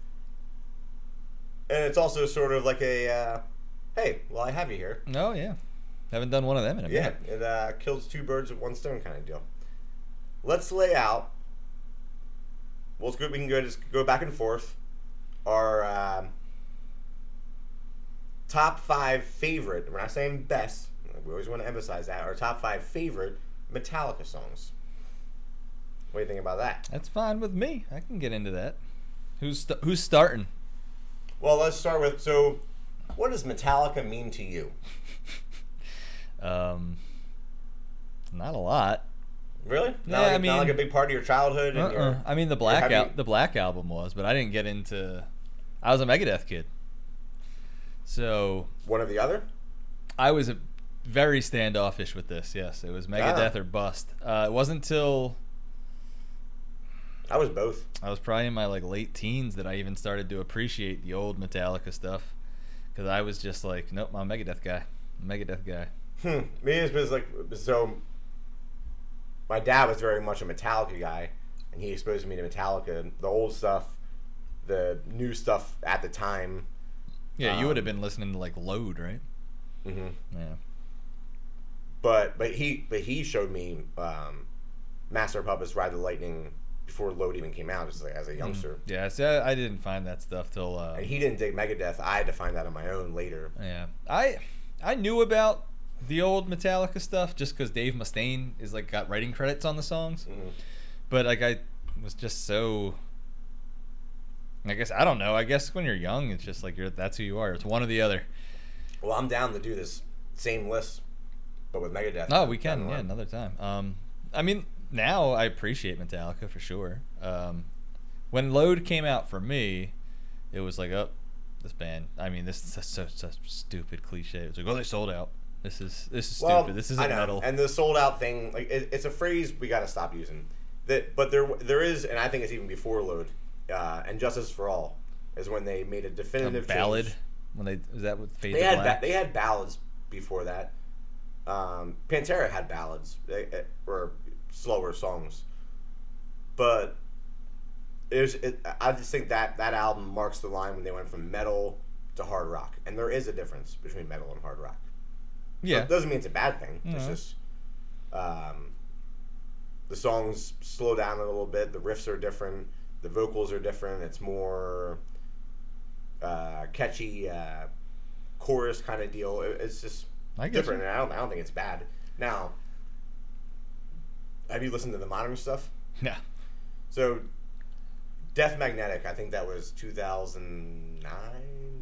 [SPEAKER 2] and it's also sort of like a uh, hey, well I have you here.
[SPEAKER 1] Oh yeah, haven't done one of them in a
[SPEAKER 2] Yeah,
[SPEAKER 1] minute.
[SPEAKER 2] it uh, kills two birds with one stone kind of deal. Let's lay out Well, it's good. We can go just go back and forth. Our um, top five favorite. We're not saying best. We always want to emphasize that. Our top five favorite Metallica songs. What do you think about that?
[SPEAKER 1] That's fine with me. I can get into that. Who's st- who's starting?
[SPEAKER 2] Well, let's start with. So, what does Metallica mean to you?
[SPEAKER 1] Um, not a lot.
[SPEAKER 2] Really?
[SPEAKER 1] Yeah,
[SPEAKER 2] Not, like,
[SPEAKER 1] I
[SPEAKER 2] not like a
[SPEAKER 1] mean-
[SPEAKER 2] big part of your childhood. And
[SPEAKER 1] Uh-uh.
[SPEAKER 2] your,
[SPEAKER 1] I mean the black
[SPEAKER 2] happy-
[SPEAKER 1] al- the black album was, but I didn't get into. I was a Megadeth kid, so
[SPEAKER 2] one or the other.
[SPEAKER 1] I was a very standoffish with this. Yes, it was Megadeth or bust. Uh, it wasn't until
[SPEAKER 2] I was both.
[SPEAKER 1] I was probably in my like late teens that I even started to appreciate the old Metallica stuff, because I was just like, nope, I'm a Megadeth guy. Megadeth guy.
[SPEAKER 2] Hmm. Me it was like so. My dad was very much a Metallica guy, and he exposed me to Metallica, the old stuff, the new stuff at the time.
[SPEAKER 1] Yeah, you would have
[SPEAKER 2] Um,
[SPEAKER 1] been listening to like Load, right?
[SPEAKER 2] Mm-hmm.
[SPEAKER 1] Yeah.
[SPEAKER 2] But but he but he showed me um, Master of Puppets, Ride the Lightning before Load even came out, just like
[SPEAKER 1] Mm-hmm.
[SPEAKER 2] as a youngster.
[SPEAKER 1] Yeah, see, I, I didn't find that stuff till uh,
[SPEAKER 2] And he didn't dig Megadeth. I had to find that on my own later.
[SPEAKER 1] yeah. I I knew about the old Metallica stuff just because Dave Mustaine is like got writing credits on the songs,
[SPEAKER 2] Mhm.
[SPEAKER 1] but like I was just so. I guess I don't know. I guess when you're young, it's just like you're that's who you are. It's one or the other.
[SPEAKER 2] Well, I'm down to do this same list, but with Megadeth.
[SPEAKER 1] No, we
[SPEAKER 2] down
[SPEAKER 1] can.
[SPEAKER 2] the
[SPEAKER 1] Yeah,
[SPEAKER 2] line.
[SPEAKER 1] another time. Um, I mean, now I appreciate Metallica for sure. Um, when Load came out for me, it was like, oh, this band. I mean, this is such, such, such stupid cliche. It was like, oh, they sold out. This is this is stupid. This
[SPEAKER 2] I
[SPEAKER 1] isn't
[SPEAKER 2] know.
[SPEAKER 1] metal.
[SPEAKER 2] And the sold out thing, like it, it's a phrase we got to stop using. That, but there there is, and I think it's even before Load, uh, and Justice for All is when they made a
[SPEAKER 1] A
[SPEAKER 2] definitive
[SPEAKER 1] ballad.
[SPEAKER 2] change.
[SPEAKER 1] When they was that with Fade
[SPEAKER 2] They
[SPEAKER 1] to
[SPEAKER 2] had ba-
[SPEAKER 1] Black.
[SPEAKER 2] they had ballads before that. Um, Pantera had ballads they, eh, or slower songs, but it was, it, I just think that that album marks the line when they went from metal to hard rock, and there is a difference between metal and hard rock.
[SPEAKER 1] yeah,
[SPEAKER 2] It doesn't mean it's a bad thing. It's
[SPEAKER 1] No.
[SPEAKER 2] just um, the songs slow down a little bit. The riffs are different. The vocals are different. It's more uh, catchy uh, chorus kind of deal. It- it's just
[SPEAKER 1] I get
[SPEAKER 2] different,
[SPEAKER 1] you.
[SPEAKER 2] and I don't, I don't think it's bad. Now, have you listened to the modern stuff?
[SPEAKER 1] No,
[SPEAKER 2] So, Death Magnetic, I think that was 2009.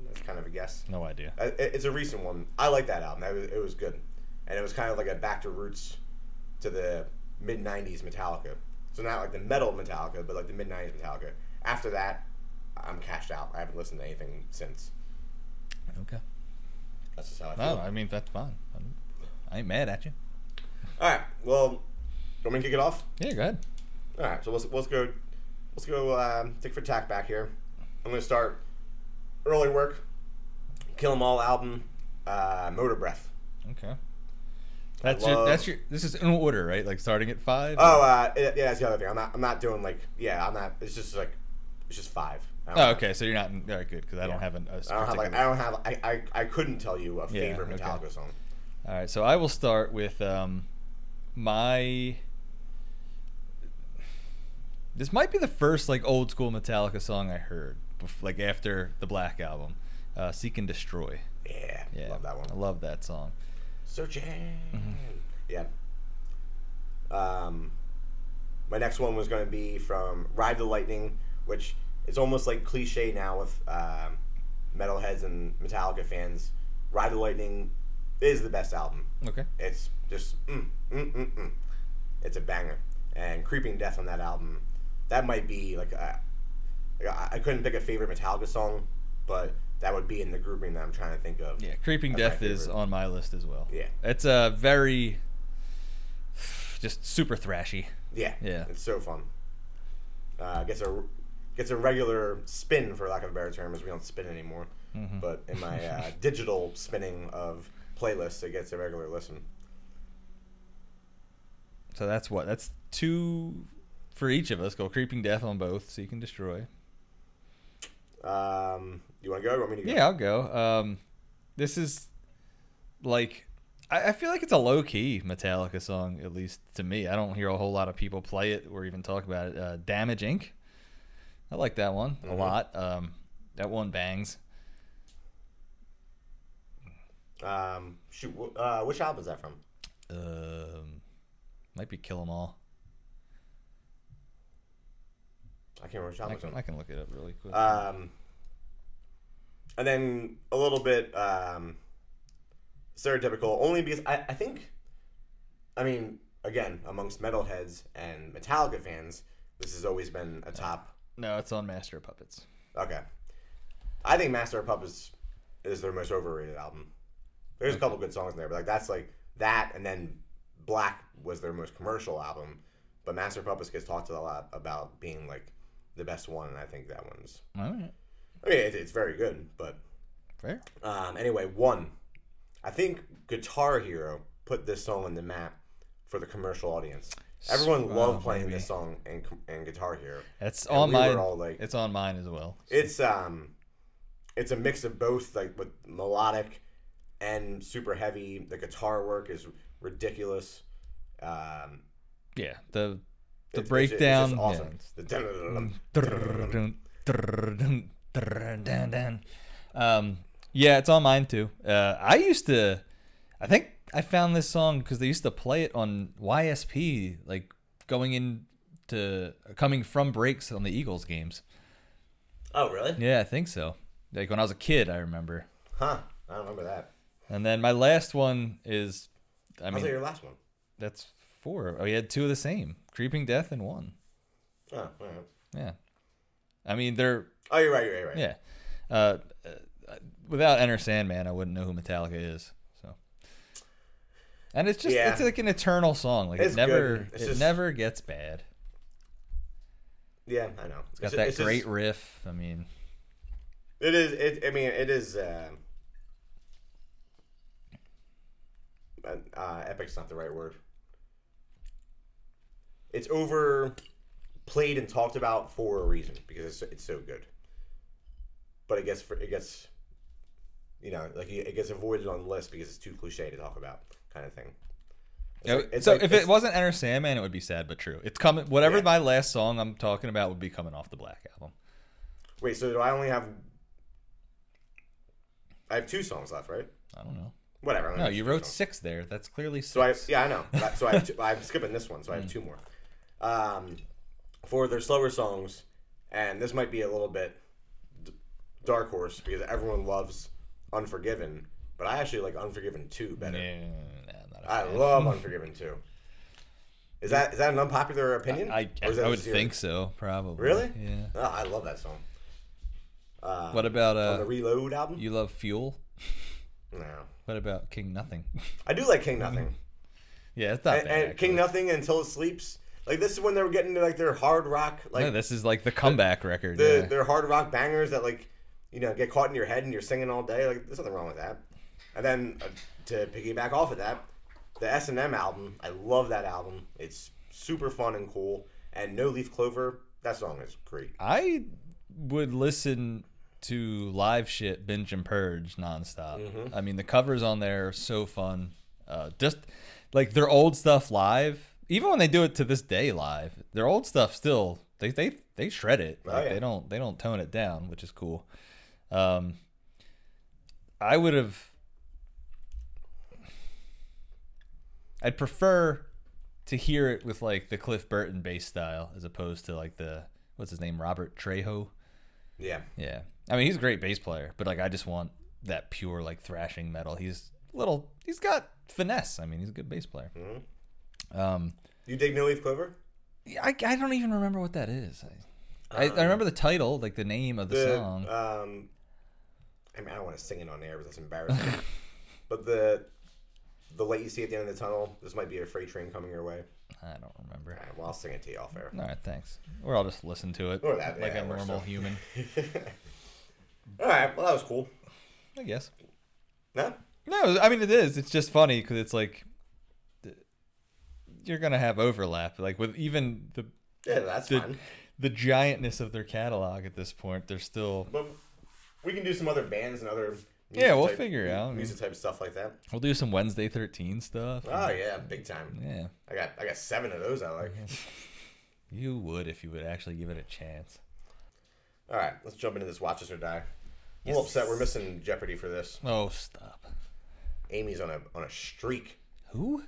[SPEAKER 2] That's kind of a guess.
[SPEAKER 1] no idea.
[SPEAKER 2] I- it- It's a recent one. I like that album. That was, it was good, and it was kind of like a back to roots to the mid '90s Metallica. So not like the metal Metallica, but like the mid '90s Metallica. After that, I'm cashed out. I haven't listened to anything since.
[SPEAKER 1] Okay.
[SPEAKER 2] That's just how I feel.
[SPEAKER 1] No, Oh, I mean that's fine. I'm- I ain't mad at you.
[SPEAKER 2] All right. Well, want me to kick it off?
[SPEAKER 1] Yeah, go ahead.
[SPEAKER 2] All right. So let's let's go let's go um, tick for tack back here. I'm gonna start early work. Kill 'Em All album, uh, Motor Breath.
[SPEAKER 1] Okay.
[SPEAKER 2] I
[SPEAKER 1] That's your,
[SPEAKER 2] love-
[SPEAKER 1] that's your. This is in order, right? Like starting at five.
[SPEAKER 2] Oh, uh, yeah, yeah, that's the other thing. I'm not, I'm not doing like, yeah, I'm not. It's just like, it's just five. I don't
[SPEAKER 1] Oh,
[SPEAKER 2] have-
[SPEAKER 1] okay. So you're not all right. Good, because I
[SPEAKER 2] Yeah.
[SPEAKER 1] don't have an. a
[SPEAKER 2] I don't have like,
[SPEAKER 1] particular-
[SPEAKER 2] I don't have. I, I, I couldn't tell you a
[SPEAKER 1] Oh, Yeah,
[SPEAKER 2] favorite
[SPEAKER 1] okay.
[SPEAKER 2] Metallica song.
[SPEAKER 1] all right. So I will start with um, my. This might be the first like old school Metallica song I heard, bef- like after the Black album, uh, "Seek and Destroy."
[SPEAKER 2] Yeah,
[SPEAKER 1] Yeah, Mm-hmm.
[SPEAKER 2] love that one.
[SPEAKER 1] I love that song.
[SPEAKER 2] Searching. Yeah. Um, my next one was going to be from Ride the Lightning, which it's almost like cliche now with um, metalheads and Metallica fans. Ride the Lightning is the best album.
[SPEAKER 1] Okay.
[SPEAKER 2] It's just mm, mm, mm, mm. it's a banger. And Creeping Death on that album, that might be like a, like, I I couldn't pick a favorite Metallica song, but that would be in the grouping that I'm trying to think of.
[SPEAKER 1] Yeah, Creeping
[SPEAKER 2] That's my
[SPEAKER 1] Death is
[SPEAKER 2] favorite.
[SPEAKER 1] on my list as well.
[SPEAKER 2] Yeah.
[SPEAKER 1] It's a very, just super thrashy.
[SPEAKER 2] Yeah.
[SPEAKER 1] Yeah.
[SPEAKER 2] It's so fun. Uh, gets a gets a regular spin for lack of a better term, as we don't spin anymore.
[SPEAKER 1] Mhm.
[SPEAKER 2] But in my uh, digital spinning of playlists, it gets a regular listen.
[SPEAKER 1] So that's what. That's two for each of us. Go Creeping Death on both, Seek and Destroy.
[SPEAKER 2] Um, you want to go? Or you want me to go?
[SPEAKER 1] Yeah, I'll go. Um, this is like I, I feel like it's a low key Metallica song, at least to me. I don't hear a whole lot of people play it or even talk about it. Uh, Damage Inc. I like that one a
[SPEAKER 2] Mhm.
[SPEAKER 1] lot. Um, that one bangs.
[SPEAKER 2] Um, shoot, wh- uh, which album is that from?
[SPEAKER 1] Um, might be Kill 'Em All.
[SPEAKER 2] I can't remember which album
[SPEAKER 1] I
[SPEAKER 2] it's from.
[SPEAKER 1] can, I can look it up really quick.
[SPEAKER 2] Um, and then a little bit um, stereotypical, only because I, I think, I mean, again, amongst metalheads and Metallica fans, this has always been a top.
[SPEAKER 1] no, it's on Master of Puppets.
[SPEAKER 2] Okay, I think Master of Puppets is their most overrated album. There's a couple good songs in there, but like that's like that, and then Black was their most commercial album. But Master of Puppets gets talked a lot about being like the best one, and I think that one's.
[SPEAKER 1] All right,
[SPEAKER 2] I mean, it, it's very good, but
[SPEAKER 1] fair.
[SPEAKER 2] um, anyway, one. I think Guitar Hero put this song on the map for the commercial audience. Everyone
[SPEAKER 1] Wow,
[SPEAKER 2] loved playing
[SPEAKER 1] maybe.
[SPEAKER 2] this song and, and Guitar Hero.
[SPEAKER 1] That's
[SPEAKER 2] And
[SPEAKER 1] on
[SPEAKER 2] we
[SPEAKER 1] mine.
[SPEAKER 2] were all like-
[SPEAKER 1] it's on mine as well.
[SPEAKER 2] It's um, it's a mix of both, like with melodic and super heavy. The guitar work is ridiculous. Um,
[SPEAKER 1] Yeah, the the
[SPEAKER 2] it's- it's- it's just
[SPEAKER 1] breakdown.
[SPEAKER 2] awesome.
[SPEAKER 1] yeah.
[SPEAKER 2] The dun-dun-dun-dun-dun.
[SPEAKER 1] Um, yeah, it's on mine too. Uh, I used to, I think I found this song because they used to play it on YSP, like going in to coming from breaks on the Eagles games.
[SPEAKER 2] Oh, really?
[SPEAKER 1] Yeah, I think so. Like when I was a kid, I remember.
[SPEAKER 2] Huh? I don't remember that.
[SPEAKER 1] And then my last one is, I
[SPEAKER 2] I was
[SPEAKER 1] mean,
[SPEAKER 2] like your last one.
[SPEAKER 1] that's four. Oh, you had two of the same: Creeping Death and one.
[SPEAKER 2] Oh, all right.
[SPEAKER 1] Yeah, I mean they're
[SPEAKER 2] oh, you're right. You're right. You're right.
[SPEAKER 1] Yeah. Uh, uh, without Enter Sandman, I wouldn't know who Metallica is. So. And it's just
[SPEAKER 2] Yeah.
[SPEAKER 1] it's like an eternal song. Like
[SPEAKER 2] It's
[SPEAKER 1] it never
[SPEAKER 2] good. It's
[SPEAKER 1] it
[SPEAKER 2] just-
[SPEAKER 1] never gets bad.
[SPEAKER 2] Yeah, I know. It's
[SPEAKER 1] Got
[SPEAKER 2] ju-
[SPEAKER 1] that
[SPEAKER 2] it's just-
[SPEAKER 1] great riff. I mean,
[SPEAKER 2] It is. It. I mean, it is. Uh, uh, uh, epic's not the right word. It's over played and talked about for a reason because it's it's so good. But it gets fr- it gets, you know, like it gets avoided on the list because it's too cliche to talk about, kind of thing. It's like- it's
[SPEAKER 1] so
[SPEAKER 2] like-
[SPEAKER 1] if
[SPEAKER 2] it's-
[SPEAKER 1] it wasn't Enter Sandman, it would be sad but true. It's coming. Whatever
[SPEAKER 2] Yeah.
[SPEAKER 1] my last song I'm talking about would be coming off the Black album.
[SPEAKER 2] wait, so do I only have? I have two songs left, right?
[SPEAKER 1] I don't know.
[SPEAKER 2] Whatever. I only
[SPEAKER 1] No,
[SPEAKER 2] have
[SPEAKER 1] you
[SPEAKER 2] two
[SPEAKER 1] wrote
[SPEAKER 2] songs.
[SPEAKER 1] six there. That's clearly six.
[SPEAKER 2] So I yeah I know. That- So I have two, I'm skipping this one. So I have two more. Um, for their slower songs, and this might be a little bit d- dark horse because everyone loves Unforgiven, but I actually like Unforgiven two better.
[SPEAKER 1] Yeah, nah, I'm not a
[SPEAKER 2] I
[SPEAKER 1] fan.
[SPEAKER 2] love Unforgiven two. Is that is that an unpopular opinion?
[SPEAKER 1] I,
[SPEAKER 2] Or is that
[SPEAKER 1] I
[SPEAKER 2] a
[SPEAKER 1] would
[SPEAKER 2] zero?
[SPEAKER 1] think so, probably.
[SPEAKER 2] Really?
[SPEAKER 1] Yeah.
[SPEAKER 2] Oh, I love that song. Uh,
[SPEAKER 1] What about
[SPEAKER 2] on the
[SPEAKER 1] uh?
[SPEAKER 2] Reload album?
[SPEAKER 1] You love Fuel?
[SPEAKER 2] no,
[SPEAKER 1] What about King Nothing?
[SPEAKER 2] I do like King Nothing.
[SPEAKER 1] yeah, it's Mm-hmm. not
[SPEAKER 2] And,
[SPEAKER 1] bad.
[SPEAKER 2] and King
[SPEAKER 1] actually.
[SPEAKER 2] Nothing until it sleeps. Like this is when they were getting to like their hard rock like
[SPEAKER 1] no, this is like the comeback record.
[SPEAKER 2] the
[SPEAKER 1] yeah.
[SPEAKER 2] they're hard rock bangers that like you know get caught in your head and you're singing all day. Like there's nothing wrong with that. And then uh, to piggyback off of that, the S and M album. I love that album. It's super fun and cool. And No Leaf Clover. That song is great.
[SPEAKER 1] I would listen to live shit, binge and purge nonstop. I mean, the covers on there are so fun. Uh, just like their old stuff live, even when they do it to this day live, their old stuff still they they they shred it. Like,
[SPEAKER 2] yeah.
[SPEAKER 1] They don't they don't tone it down, which is cool. Um, I would have. I'd prefer to hear it with like the Cliff Burton bass style as opposed to like the what's his name Robert Trejo.
[SPEAKER 2] Yeah.
[SPEAKER 1] Yeah, I mean he's a great bass player, but like I just want that pure like thrashing metal. He's a little, he's got finesse. I mean he's a good bass player.
[SPEAKER 2] Mm-hmm.
[SPEAKER 1] Um,
[SPEAKER 2] You dig No Leaf Clover?
[SPEAKER 1] yeah, I, I don't even remember what that is. I, I, I remember the title, like the name of the,
[SPEAKER 2] Uh, The
[SPEAKER 1] song.
[SPEAKER 2] um, I mean I don't want to sing it on air, but that's embarrassing. but the the light you see at the end of the tunnel. This might be a freight train coming your way.
[SPEAKER 1] I don't remember.
[SPEAKER 2] All right, well, I'll sing it to you off air.
[SPEAKER 1] All right, thanks. Or I'll just listen to it
[SPEAKER 2] Or that,
[SPEAKER 1] like
[SPEAKER 2] yeah,
[SPEAKER 1] a
[SPEAKER 2] or
[SPEAKER 1] normal
[SPEAKER 2] so.
[SPEAKER 1] human,
[SPEAKER 2] All right. Well, that was cool.
[SPEAKER 1] I guess.
[SPEAKER 2] No.
[SPEAKER 1] No, I mean it is. It's just funny because it's like th- you're gonna have overlap, like with even the
[SPEAKER 2] Yeah, that's
[SPEAKER 1] the,
[SPEAKER 2] fine.
[SPEAKER 1] the giantness of their catalog at this point. They're still.
[SPEAKER 2] But we can do some other bands and other
[SPEAKER 1] Yeah,
[SPEAKER 2] music
[SPEAKER 1] we'll
[SPEAKER 2] type-
[SPEAKER 1] figure it out. I mean-
[SPEAKER 2] music type stuff like that.
[SPEAKER 1] We'll do some Wednesday Thirteen stuff.
[SPEAKER 2] Oh yeah, big time.
[SPEAKER 1] yeah,
[SPEAKER 2] I got I got seven of those I like.
[SPEAKER 1] you would if you would actually give it a chance.
[SPEAKER 2] All right, let's jump into this Watch Us or Die. I'm
[SPEAKER 1] Yes.
[SPEAKER 2] a little upset we're missing Jeopardy for this.
[SPEAKER 1] Oh, stop.
[SPEAKER 2] Amy's on a on a streak.
[SPEAKER 1] Who?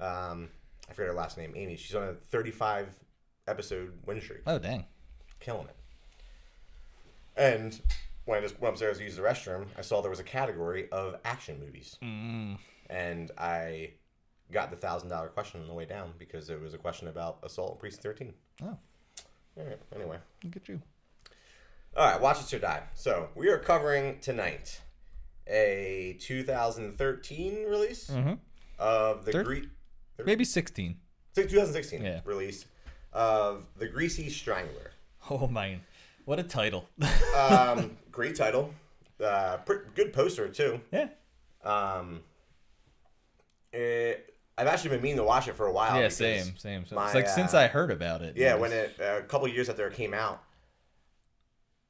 [SPEAKER 2] Um, I forget her last name. Amy. She's on a 35 episode win streak,
[SPEAKER 1] Oh, dang.
[SPEAKER 2] killing it. And when I just went upstairs to use the restroom, I saw there was a category of action movies,
[SPEAKER 1] Mm,
[SPEAKER 2] and I got the thousand dollar question on the way down because it was a question about assault in precinct 13.
[SPEAKER 1] oh,
[SPEAKER 2] All right. Anyway.
[SPEAKER 1] look at you.
[SPEAKER 2] All right, watch it or die. So we are covering tonight a 2013 release
[SPEAKER 1] Mhm.
[SPEAKER 2] of the
[SPEAKER 1] Thir-
[SPEAKER 2] Greek
[SPEAKER 1] Maybe 16.
[SPEAKER 2] 2016
[SPEAKER 1] Yeah.
[SPEAKER 2] release of the Greasy Strangler.
[SPEAKER 1] Oh, man. What a title.
[SPEAKER 2] Um, great title, uh, pr- good poster too.
[SPEAKER 1] yeah.
[SPEAKER 2] Um, it, I've actually been meaning to watch it for a while.
[SPEAKER 1] Yeah,
[SPEAKER 2] because-
[SPEAKER 1] same, same. So
[SPEAKER 2] my,
[SPEAKER 1] it's like since
[SPEAKER 2] uh,
[SPEAKER 1] I heard about it.
[SPEAKER 2] Yeah,
[SPEAKER 1] it
[SPEAKER 2] when
[SPEAKER 1] was-
[SPEAKER 2] it a couple years after it came out,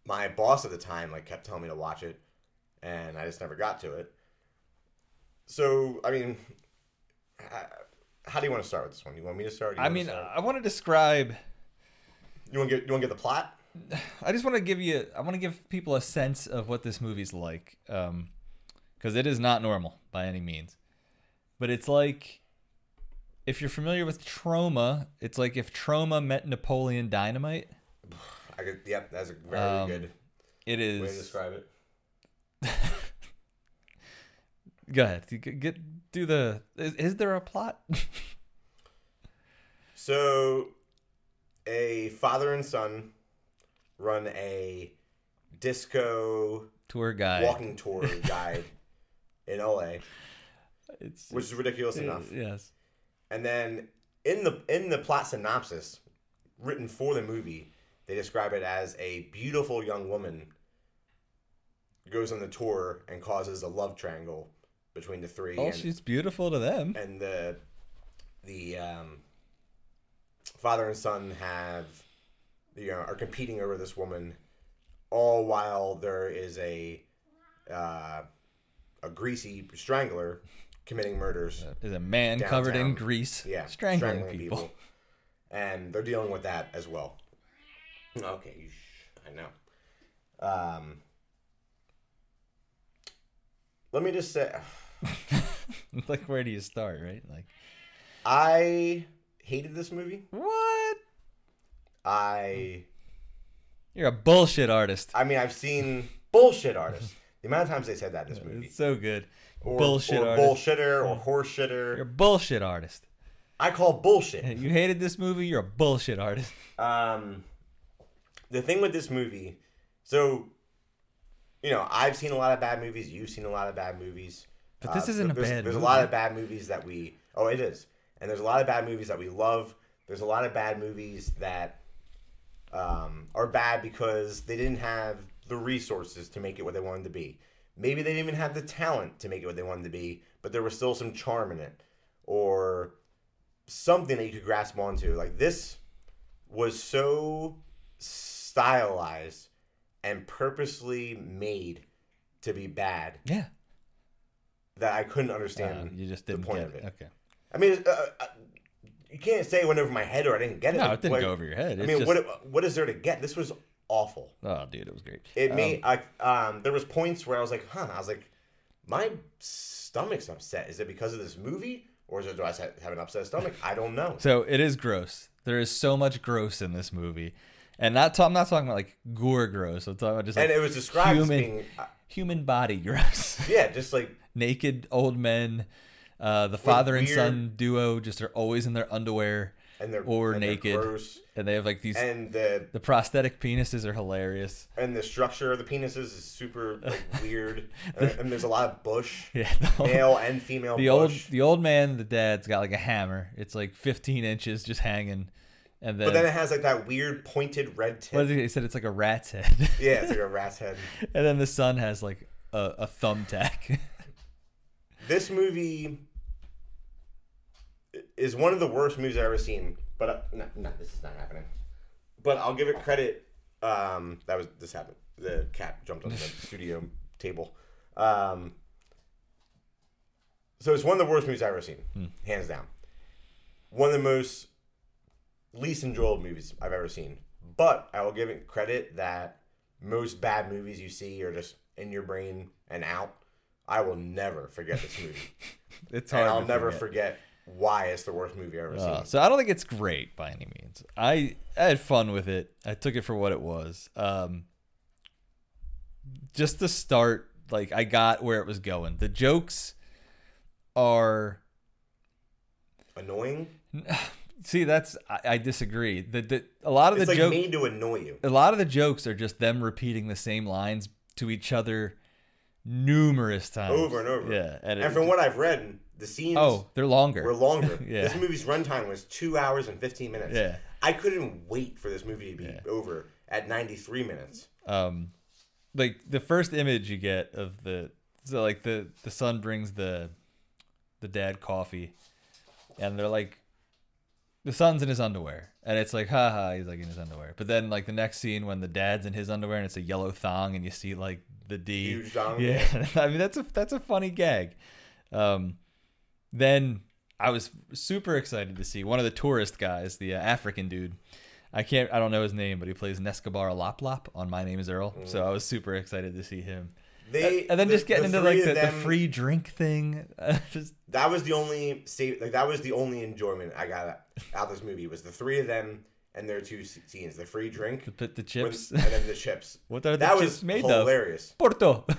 [SPEAKER 2] my boss at the time like kept telling me to watch it, and I just never got to it. So I mean, h- how do you want to start with this one? You want me to start? or you
[SPEAKER 1] I
[SPEAKER 2] wanna
[SPEAKER 1] mean, uh,
[SPEAKER 2] start?
[SPEAKER 1] I want to describe.
[SPEAKER 2] you want to get you want to get the plot?
[SPEAKER 1] I just want to give you. I want to give people a sense of what this movie's like, because it is not normal by any means. But it's like, if you're familiar with Trauma, it's like if Trauma met Napoleon Dynamite.
[SPEAKER 2] I could. Yep, that's a very
[SPEAKER 1] Um,
[SPEAKER 2] good
[SPEAKER 1] It
[SPEAKER 2] way to
[SPEAKER 1] is.
[SPEAKER 2] describe it.
[SPEAKER 1] Go ahead. You g- Get do the. Is, is there a plot?
[SPEAKER 2] So, a father and son run a disco
[SPEAKER 1] Tour guide.
[SPEAKER 2] walking tour guide in LA,
[SPEAKER 1] It's
[SPEAKER 2] which is ridiculous enough.
[SPEAKER 1] Yes.
[SPEAKER 2] And then in the in the plot synopsis written for the movie, they describe it as a beautiful young woman goes on the tour and causes a love triangle between the three
[SPEAKER 1] Oh,
[SPEAKER 2] and,
[SPEAKER 1] she's beautiful to them.
[SPEAKER 2] and the the um, father and son have you know are competing over this woman all while there is a uh, a greasy strangler committing murders
[SPEAKER 1] Is a man covered in
[SPEAKER 2] Downtown.
[SPEAKER 1] grease,
[SPEAKER 2] yeah,
[SPEAKER 1] strangling, people.
[SPEAKER 2] and they're dealing with that as well. Okay, you sh- I know. Um, let me just say,
[SPEAKER 1] like, where do you start, right? Like,
[SPEAKER 2] I hated this movie.
[SPEAKER 1] what?
[SPEAKER 2] I,
[SPEAKER 1] Hmm. You're a bullshit artist.
[SPEAKER 2] I mean, I've seen bullshit artists. The amount of times they said that in this movie,
[SPEAKER 1] It's so good.
[SPEAKER 2] or,
[SPEAKER 1] bullshit
[SPEAKER 2] or
[SPEAKER 1] artist.
[SPEAKER 2] bullshitter, or horse
[SPEAKER 1] You're a
[SPEAKER 2] shitter.
[SPEAKER 1] bullshit artist.
[SPEAKER 2] I call bullshit.
[SPEAKER 1] You hated this movie. You're a bullshit artist.
[SPEAKER 2] Um, the thing with this movie, so you know, I've seen a lot of bad movies. You've seen a lot of bad movies. Uh,
[SPEAKER 1] But this isn't a
[SPEAKER 2] there's,
[SPEAKER 1] bad
[SPEAKER 2] There's
[SPEAKER 1] movie.
[SPEAKER 2] a lot of bad movies that we. Oh, it is. And there's a lot of bad movies that we love. There's a lot of bad movies that um, are bad because they didn't have the resources to make it what they wanted to be. Maybe they didn't even have the talent to make it what they wanted to be, but there was still some charm in it, or something that you could grasp onto. Like this was so stylized and purposely made to be bad
[SPEAKER 1] Yeah.
[SPEAKER 2] that I couldn't
[SPEAKER 1] Uh,
[SPEAKER 2] understand.
[SPEAKER 1] you just
[SPEAKER 2] the
[SPEAKER 1] didn't
[SPEAKER 2] point
[SPEAKER 1] get
[SPEAKER 2] of
[SPEAKER 1] it.
[SPEAKER 2] it.
[SPEAKER 1] Okay.
[SPEAKER 2] I mean, uh, uh, you can't say it went over my head or I didn't get it.
[SPEAKER 1] No, it didn't
[SPEAKER 2] Like,
[SPEAKER 1] go over your head.
[SPEAKER 2] I
[SPEAKER 1] It's
[SPEAKER 2] mean,
[SPEAKER 1] just,
[SPEAKER 2] what what is there to get? This was awful.
[SPEAKER 1] Oh, dude, it was great.
[SPEAKER 2] It
[SPEAKER 1] Um,
[SPEAKER 2] made I um there was points where I was like, huh, I was like, my stomach's upset. Is it because of this movie, or is it do I have have an upset stomach? I don't know.
[SPEAKER 1] So it is gross. There is so much gross in this movie, and not. Ta- I'm not talking about like gore gross. I'm talking about just like
[SPEAKER 2] And it was described
[SPEAKER 1] Human.
[SPEAKER 2] as being uh,
[SPEAKER 1] human body gross.
[SPEAKER 2] yeah, just like
[SPEAKER 1] Naked old men. Uh, the father and
[SPEAKER 2] weird-
[SPEAKER 1] son duo just are always in their underwear,
[SPEAKER 2] and they're
[SPEAKER 1] Or
[SPEAKER 2] and they're
[SPEAKER 1] naked.
[SPEAKER 2] gross,
[SPEAKER 1] and they have like these.
[SPEAKER 2] and the
[SPEAKER 1] the prosthetic penises are hilarious.
[SPEAKER 2] and the structure of the penises is super like, weird, and, and there's a lot of bush,
[SPEAKER 1] Yeah. the whole-
[SPEAKER 2] male and female
[SPEAKER 1] the old
[SPEAKER 2] bush.
[SPEAKER 1] the old man the dad's got like a hammer it's like 15 inches just hanging and then,
[SPEAKER 2] But then it has like that weird pointed red tip.
[SPEAKER 1] what is it? he said it's like a rat's head
[SPEAKER 2] Yeah, it's like a rat's head.
[SPEAKER 1] and then the son has like a, a thumbtack
[SPEAKER 2] This movie is one of the worst movies I've ever seen. But uh, no, no, this is not happening. But I'll give it credit. Um, that was this happened. The cat jumped on the studio table. Um, so it's one of the worst movies I've ever seen, hands down. One of the most least enjoyable movies I've ever seen But I will give it credit that most bad movies you see are just in your brain and out. I will never forget this movie.
[SPEAKER 1] It's hard.
[SPEAKER 2] and I'll
[SPEAKER 1] to
[SPEAKER 2] never
[SPEAKER 1] forget.
[SPEAKER 2] forget why it's the worst movie I've ever
[SPEAKER 1] Uh,
[SPEAKER 2] seen.
[SPEAKER 1] so I don't think it's great by any means. I, I had fun with it. I took it for what it was. Um, just to start, like I got where it was going. The jokes are
[SPEAKER 2] Annoying?
[SPEAKER 1] see that's I, I disagree. The, the a lot of
[SPEAKER 2] It's
[SPEAKER 1] the
[SPEAKER 2] like
[SPEAKER 1] jokes
[SPEAKER 2] made to annoy you.
[SPEAKER 1] a lot of the jokes are just them repeating the same lines to each other numerous times
[SPEAKER 2] Over and over.
[SPEAKER 1] Yeah, and, it,
[SPEAKER 2] And from what I've read, the scenes
[SPEAKER 1] oh they're longer.
[SPEAKER 2] were longer.
[SPEAKER 1] Yeah.
[SPEAKER 2] This movie's runtime was two hours and fifteen minutes.
[SPEAKER 1] Yeah.
[SPEAKER 2] I couldn't wait for this movie to be over at ninety three minutes.
[SPEAKER 1] um like the first image you get of the so like the the son brings the the dad coffee and they're like the son's in his underwear and it's like haha he's like in his underwear but then like the next scene when the dad's in his underwear and it's a yellow thong and you see like the d
[SPEAKER 2] Huge dong.
[SPEAKER 1] yeah i mean that's a that's a funny gag um then i was super excited to see one of the tourist guys the uh, african dude I can't. I don't know his name, but he plays Nescabar Loplop on My Name Is Earl. So I was super excited to see him.
[SPEAKER 2] They
[SPEAKER 1] And then
[SPEAKER 2] the-
[SPEAKER 1] just getting
[SPEAKER 2] the
[SPEAKER 1] into like
[SPEAKER 2] three
[SPEAKER 1] the,
[SPEAKER 2] of
[SPEAKER 1] the
[SPEAKER 2] them-
[SPEAKER 1] free drink thing. just
[SPEAKER 2] That was the only save. Like that was the only enjoyment I got out of this movie was the three of them and their two s- scenes: the free drink
[SPEAKER 1] to put the
[SPEAKER 2] when-
[SPEAKER 1] chips.
[SPEAKER 2] and then the chips.
[SPEAKER 1] What are the
[SPEAKER 2] that
[SPEAKER 1] chips
[SPEAKER 2] was
[SPEAKER 1] made of?
[SPEAKER 2] hilarious.
[SPEAKER 1] Porto.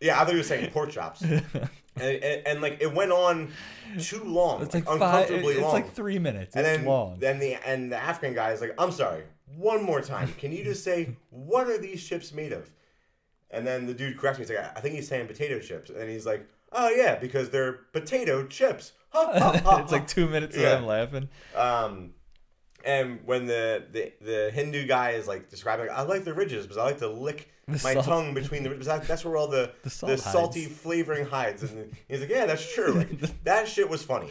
[SPEAKER 2] Yeah, I thought you were saying pork chops, and, and, and like it went on too long,
[SPEAKER 1] it's
[SPEAKER 2] like,
[SPEAKER 1] like five. it-
[SPEAKER 2] uncomfortably
[SPEAKER 1] It's
[SPEAKER 2] long.
[SPEAKER 1] like three minutes.
[SPEAKER 2] and
[SPEAKER 1] it's
[SPEAKER 2] then
[SPEAKER 1] long.
[SPEAKER 2] then the and the African guy is like, "I'm sorry, one more time. Can you just say what are these chips made of?" And then the dude corrects me. He's like, "I think he's saying potato chips," and he's like, "Oh yeah, because they're potato chips." Ha, ha, ha,
[SPEAKER 1] it's like two minutes
[SPEAKER 2] Yeah.
[SPEAKER 1] of them laughing.
[SPEAKER 2] Um, and when the, the the Hindu guy is like describing, I like the ridges because I like to lick
[SPEAKER 1] The
[SPEAKER 2] my
[SPEAKER 1] salt.
[SPEAKER 2] tongue between the ridges. That- That's where all the
[SPEAKER 1] The
[SPEAKER 2] the,
[SPEAKER 1] salt hides.
[SPEAKER 2] salty flavoring hides. And he's like, yeah, that's true. Like that shit was funny,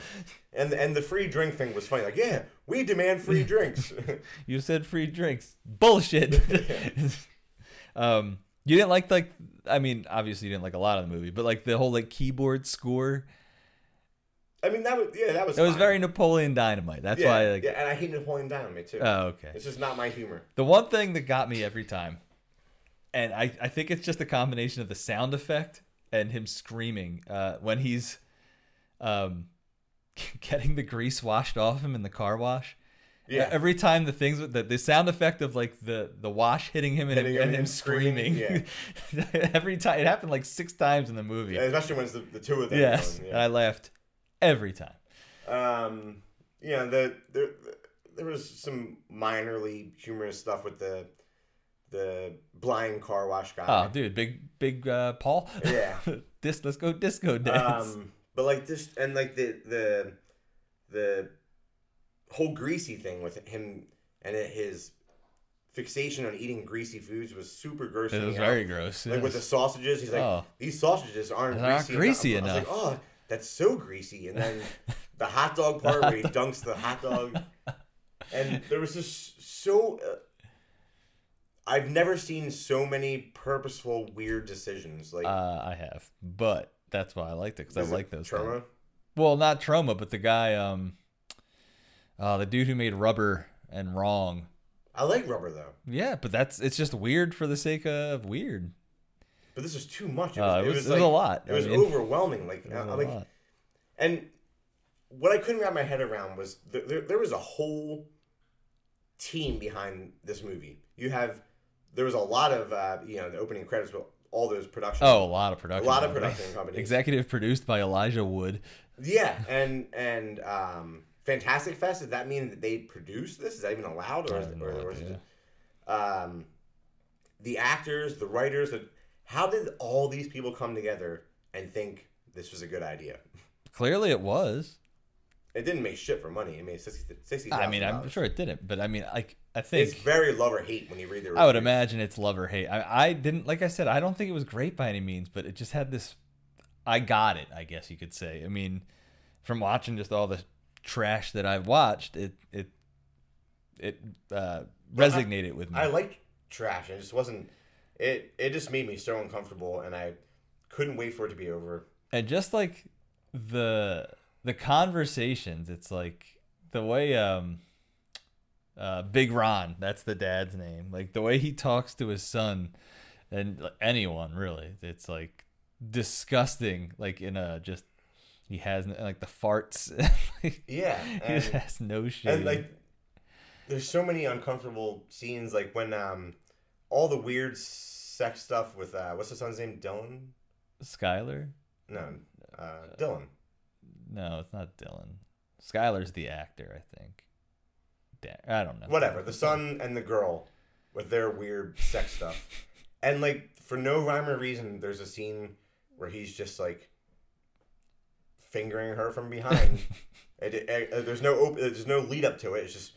[SPEAKER 2] and and the free drink thing was funny. Like yeah, we demand free drinks.
[SPEAKER 1] You said free drinks. Bullshit. um, you didn't like like. I mean, obviously you didn't like a lot of the movie, but like the whole like keyboard score.
[SPEAKER 2] I mean that was yeah that was
[SPEAKER 1] It was
[SPEAKER 2] fine.
[SPEAKER 1] very Napoleon Dynamite. That's
[SPEAKER 2] yeah,
[SPEAKER 1] why. Like,
[SPEAKER 2] yeah, and I hate Napoleon Dynamite too.
[SPEAKER 1] Oh, okay.
[SPEAKER 2] it's just not my humor.
[SPEAKER 1] The one thing that got me every time, and I, I think it's just a combination of the sound effect and him screaming uh, when he's um, getting the grease washed off him in the car wash.
[SPEAKER 2] Yeah.
[SPEAKER 1] e-, Every time the things with the, the sound effect of like the, the wash hitting him and,
[SPEAKER 2] Hitting
[SPEAKER 1] him,
[SPEAKER 2] him
[SPEAKER 1] and
[SPEAKER 2] and
[SPEAKER 1] him
[SPEAKER 2] screaming,
[SPEAKER 1] screaming. every time it happened like six times in the movie.
[SPEAKER 2] Especially when it's the, the two of them.
[SPEAKER 1] yes, Uh,
[SPEAKER 2] going,
[SPEAKER 1] and
[SPEAKER 2] yeah.
[SPEAKER 1] I laughed every time.
[SPEAKER 2] um, you know, the, there there was some minorly humorous stuff with the the blind car wash
[SPEAKER 1] Oh,
[SPEAKER 2] guy.
[SPEAKER 1] dude, big big uh, Paul.
[SPEAKER 2] Yeah.
[SPEAKER 1] Dis- let's go disco dance.
[SPEAKER 2] um, but like this, and like the the the whole greasy thing with him and his fixation on eating greasy foods was super gross. to
[SPEAKER 1] it
[SPEAKER 2] me
[SPEAKER 1] was
[SPEAKER 2] out.
[SPEAKER 1] very gross.
[SPEAKER 2] like with the
[SPEAKER 1] yes.
[SPEAKER 2] sausages. He's like,
[SPEAKER 1] Oh.
[SPEAKER 2] these sausages aren't
[SPEAKER 1] They're not
[SPEAKER 2] greasy,
[SPEAKER 1] greasy
[SPEAKER 2] enough. I was like, oh, that's so greasy. And then the hot dog part where he dunks the hot dog, and there was just so. Uh, I've never seen so many purposeful weird decisions. Like
[SPEAKER 1] Uh, I have, but that's why I liked it because I
[SPEAKER 2] is it
[SPEAKER 1] like those.
[SPEAKER 2] trauma.
[SPEAKER 1] Things. Well, not trauma, but the guy, um, uh, the dude who made Rubber and Wrong.
[SPEAKER 2] I like rubber though,
[SPEAKER 1] Yeah, but that's it's just weird for the sake of weird.
[SPEAKER 2] but this was too much. It
[SPEAKER 1] Uh,
[SPEAKER 2] was,
[SPEAKER 1] it was, it was a lot.
[SPEAKER 2] It was
[SPEAKER 1] I mean,
[SPEAKER 2] overwhelming. Like,
[SPEAKER 1] it was
[SPEAKER 2] I-
[SPEAKER 1] a
[SPEAKER 2] I'm like,
[SPEAKER 1] lot.
[SPEAKER 2] And what I couldn't wrap my head around was th- there, there was a whole team behind this movie. You have there was a lot of uh, you know the opening credits with all those productions.
[SPEAKER 1] Oh, a lot of production.
[SPEAKER 2] a lot of
[SPEAKER 1] company.
[SPEAKER 2] production companies.
[SPEAKER 1] Executive produced by Elijah Wood.
[SPEAKER 2] yeah, and and um, Fantastic Fest. Does that mean that they produced this? Is that even allowed? Or,
[SPEAKER 1] I
[SPEAKER 2] is,
[SPEAKER 1] have
[SPEAKER 2] it-
[SPEAKER 1] no
[SPEAKER 2] or, or is
[SPEAKER 1] idea.
[SPEAKER 2] it, um, the actors, the writers? The, how did all these people come together and think this was a good idea?
[SPEAKER 1] Clearly, it was.
[SPEAKER 2] It didn't make shit for money. It made sixty. 60
[SPEAKER 1] I mean, I'm sure it didn't, but I mean, like I think
[SPEAKER 2] It's very love or hate when you read the.
[SPEAKER 1] I would
[SPEAKER 2] reviews.
[SPEAKER 1] imagine it's love or hate. I, I didn't like I said, I don't think it was great by any means, but it just had this I got it, I guess you could say. I mean, from watching just all the trash that I've watched, it it it uh resonated with me.
[SPEAKER 2] I like trash. It just wasn't. It it just made me so uncomfortable, and I couldn't wait for it to be over.
[SPEAKER 1] and just like the the conversations, it's like the way um Uh, Big Ron, that's the dad's name. Like the way he talks to his son and like, anyone really, it's like disgusting. Like in a just he has like the farts. like,
[SPEAKER 2] Yeah,
[SPEAKER 1] he just
[SPEAKER 2] and-
[SPEAKER 1] has no shame.
[SPEAKER 2] and like there's so many uncomfortable scenes like when um all the weird sex stuff with uh what's the son's name dylan
[SPEAKER 1] Skylar?
[SPEAKER 2] no uh dylan
[SPEAKER 1] No, it's not Dylan. Skylar's the actor, I think. Da- I don't know.
[SPEAKER 2] whatever the son and the girl with their weird sex stuff and like for no rhyme or reason there's a scene where he's just like fingering her from behind it, it, it- there's no op- there's no lead up to it it's just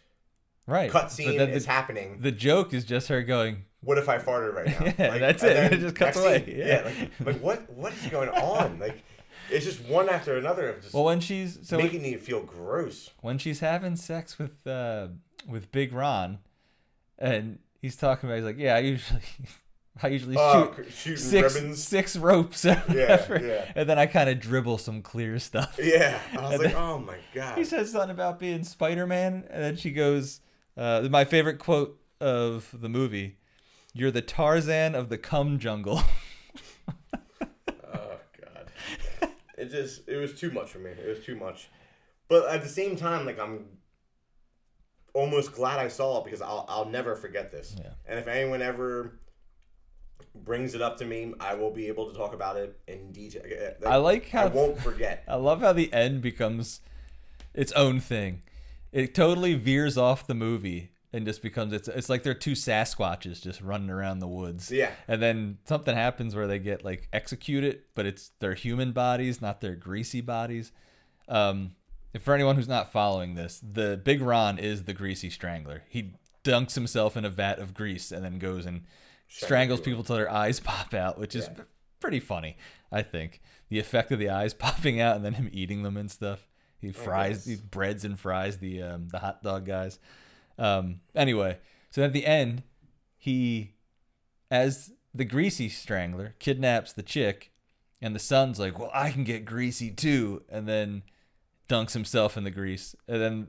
[SPEAKER 1] Right.
[SPEAKER 2] cut
[SPEAKER 1] But
[SPEAKER 2] scene
[SPEAKER 1] then
[SPEAKER 2] it's
[SPEAKER 1] the,
[SPEAKER 2] happening
[SPEAKER 1] the joke is just her going,
[SPEAKER 2] what if I farted right now?
[SPEAKER 1] Yeah, that's it.
[SPEAKER 2] and
[SPEAKER 1] It just cuts
[SPEAKER 2] next
[SPEAKER 1] away.
[SPEAKER 2] yeah,
[SPEAKER 1] Yeah.
[SPEAKER 2] like, like what what is going on? Like it's just one after another of just
[SPEAKER 1] well, when she's so
[SPEAKER 2] making you feel gross.
[SPEAKER 1] when she's having sex with uh with Big Ron, and he's talking about, he's like, yeah, I usually, I usually
[SPEAKER 2] Oh,
[SPEAKER 1] shoot
[SPEAKER 2] c- shooting
[SPEAKER 1] six
[SPEAKER 2] ribbons.
[SPEAKER 1] six ropes, or whatever,
[SPEAKER 2] yeah.
[SPEAKER 1] and then I kind of dribble some clear stuff.
[SPEAKER 2] Yeah, I was
[SPEAKER 1] And
[SPEAKER 2] like,
[SPEAKER 1] then-
[SPEAKER 2] oh my god.
[SPEAKER 1] He says something about being Spider Man, and then she goes, uh, my favorite quote of the movie: "You're the Tarzan of the cum jungle."
[SPEAKER 2] oh god. It just it was too much for me. It was too much. But at the same time, like I'm almost glad I saw it because I'll I'll never forget this.
[SPEAKER 1] Yeah.
[SPEAKER 2] And if anyone ever brings it up to me, I will be able to talk about it in detail.
[SPEAKER 1] I like
[SPEAKER 2] I
[SPEAKER 1] how
[SPEAKER 2] won't forget.
[SPEAKER 1] I love how the end becomes its own thing. It totally veers off the movie and just becomes it's it's like they're two Sasquatches just running around the woods.
[SPEAKER 2] Yeah.
[SPEAKER 1] And then something happens where they get like executed, but it's their human bodies, not their greasy bodies. Um if for anyone who's not following this, the Big Ron is the greasy strangler. He dunks himself in a vat of grease and then goes and strangles people till their eyes pop out, which is
[SPEAKER 2] Yeah.
[SPEAKER 1] pretty funny, I think. The effect of the eyes popping out and then him eating them and stuff. He fries, he
[SPEAKER 2] guess.
[SPEAKER 1] breads and fries the um, the hot dog guys. Um, anyway, so at the end, he, as the greasy strangler, kidnaps the chick, and the son's like, "Well, I can get greasy too," and then dunks himself in the grease, and then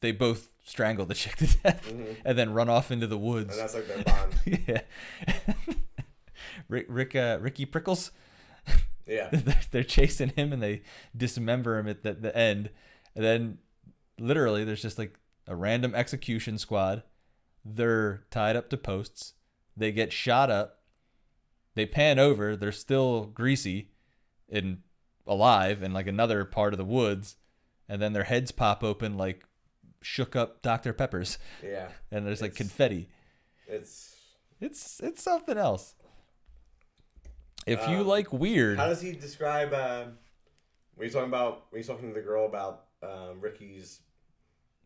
[SPEAKER 1] they both strangle the chick to death, and then run off into the woods
[SPEAKER 2] Mm-hmm. And that's like their bond.
[SPEAKER 1] yeah. Rick, Rick uh, Ricky Prickles,
[SPEAKER 2] Yeah.
[SPEAKER 1] they're, they're chasing him and they dismember him at the, the end. And then literally there's just like a random execution squad. They're tied up to posts. They get shot up. They pan over. They're still greasy and alive in like another part of the woods. And then their heads pop open like shook up Dr. Peppers.
[SPEAKER 2] Yeah.
[SPEAKER 1] And there's like
[SPEAKER 2] It's-
[SPEAKER 1] confetti.
[SPEAKER 2] It's
[SPEAKER 1] It's it's something else. If you
[SPEAKER 2] Um,
[SPEAKER 1] like weird,
[SPEAKER 2] how does he describe uh when he's talking about when he's talking to the girl about um, Ricky's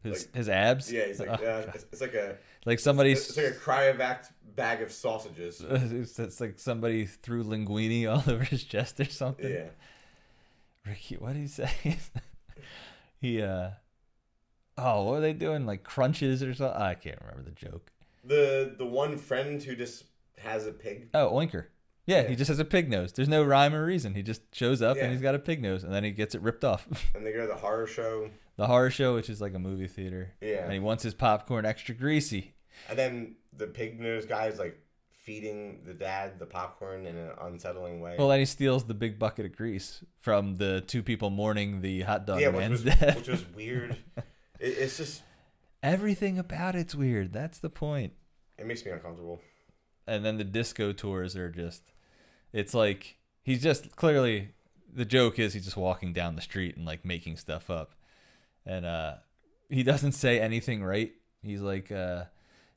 [SPEAKER 1] his
[SPEAKER 2] like-
[SPEAKER 1] his abs,
[SPEAKER 2] yeah, he's like
[SPEAKER 1] uh,
[SPEAKER 2] uh, it's, it's like a
[SPEAKER 1] like somebody,
[SPEAKER 2] it's like a cryovac bag of sausages.
[SPEAKER 1] it's, it's like somebody threw linguini all over his chest or something.
[SPEAKER 2] Yeah.
[SPEAKER 1] Ricky, what did he say? he uh, oh, what were they doing? Like crunches or something? I can't remember the joke.
[SPEAKER 2] The the one friend who just has a pig.
[SPEAKER 1] Oh, oinker. Yeah, he
[SPEAKER 2] Yeah.
[SPEAKER 1] just has a pig nose. There's no rhyme or reason. He just shows up
[SPEAKER 2] Yeah.
[SPEAKER 1] and he's got a pig nose, and then he gets it ripped off.
[SPEAKER 2] And they go to the horror show.
[SPEAKER 1] the horror show, which is like a movie theater.
[SPEAKER 2] Yeah.
[SPEAKER 1] And he wants his popcorn extra greasy.
[SPEAKER 2] And then the pig nose guy is like feeding the dad the popcorn in an unsettling way.
[SPEAKER 1] Well, then he steals the big bucket of grease from the two people mourning the hot dog
[SPEAKER 2] yeah, which
[SPEAKER 1] man's
[SPEAKER 2] was
[SPEAKER 1] death.
[SPEAKER 2] which was weird. It, it's just
[SPEAKER 1] Everything about it's weird. That's the point.
[SPEAKER 2] it makes me uncomfortable.
[SPEAKER 1] And then the disco tours are just, it's like he's just clearly the joke is he's just walking down the street and like making stuff up, and uh, he doesn't say anything right. He's like, uh,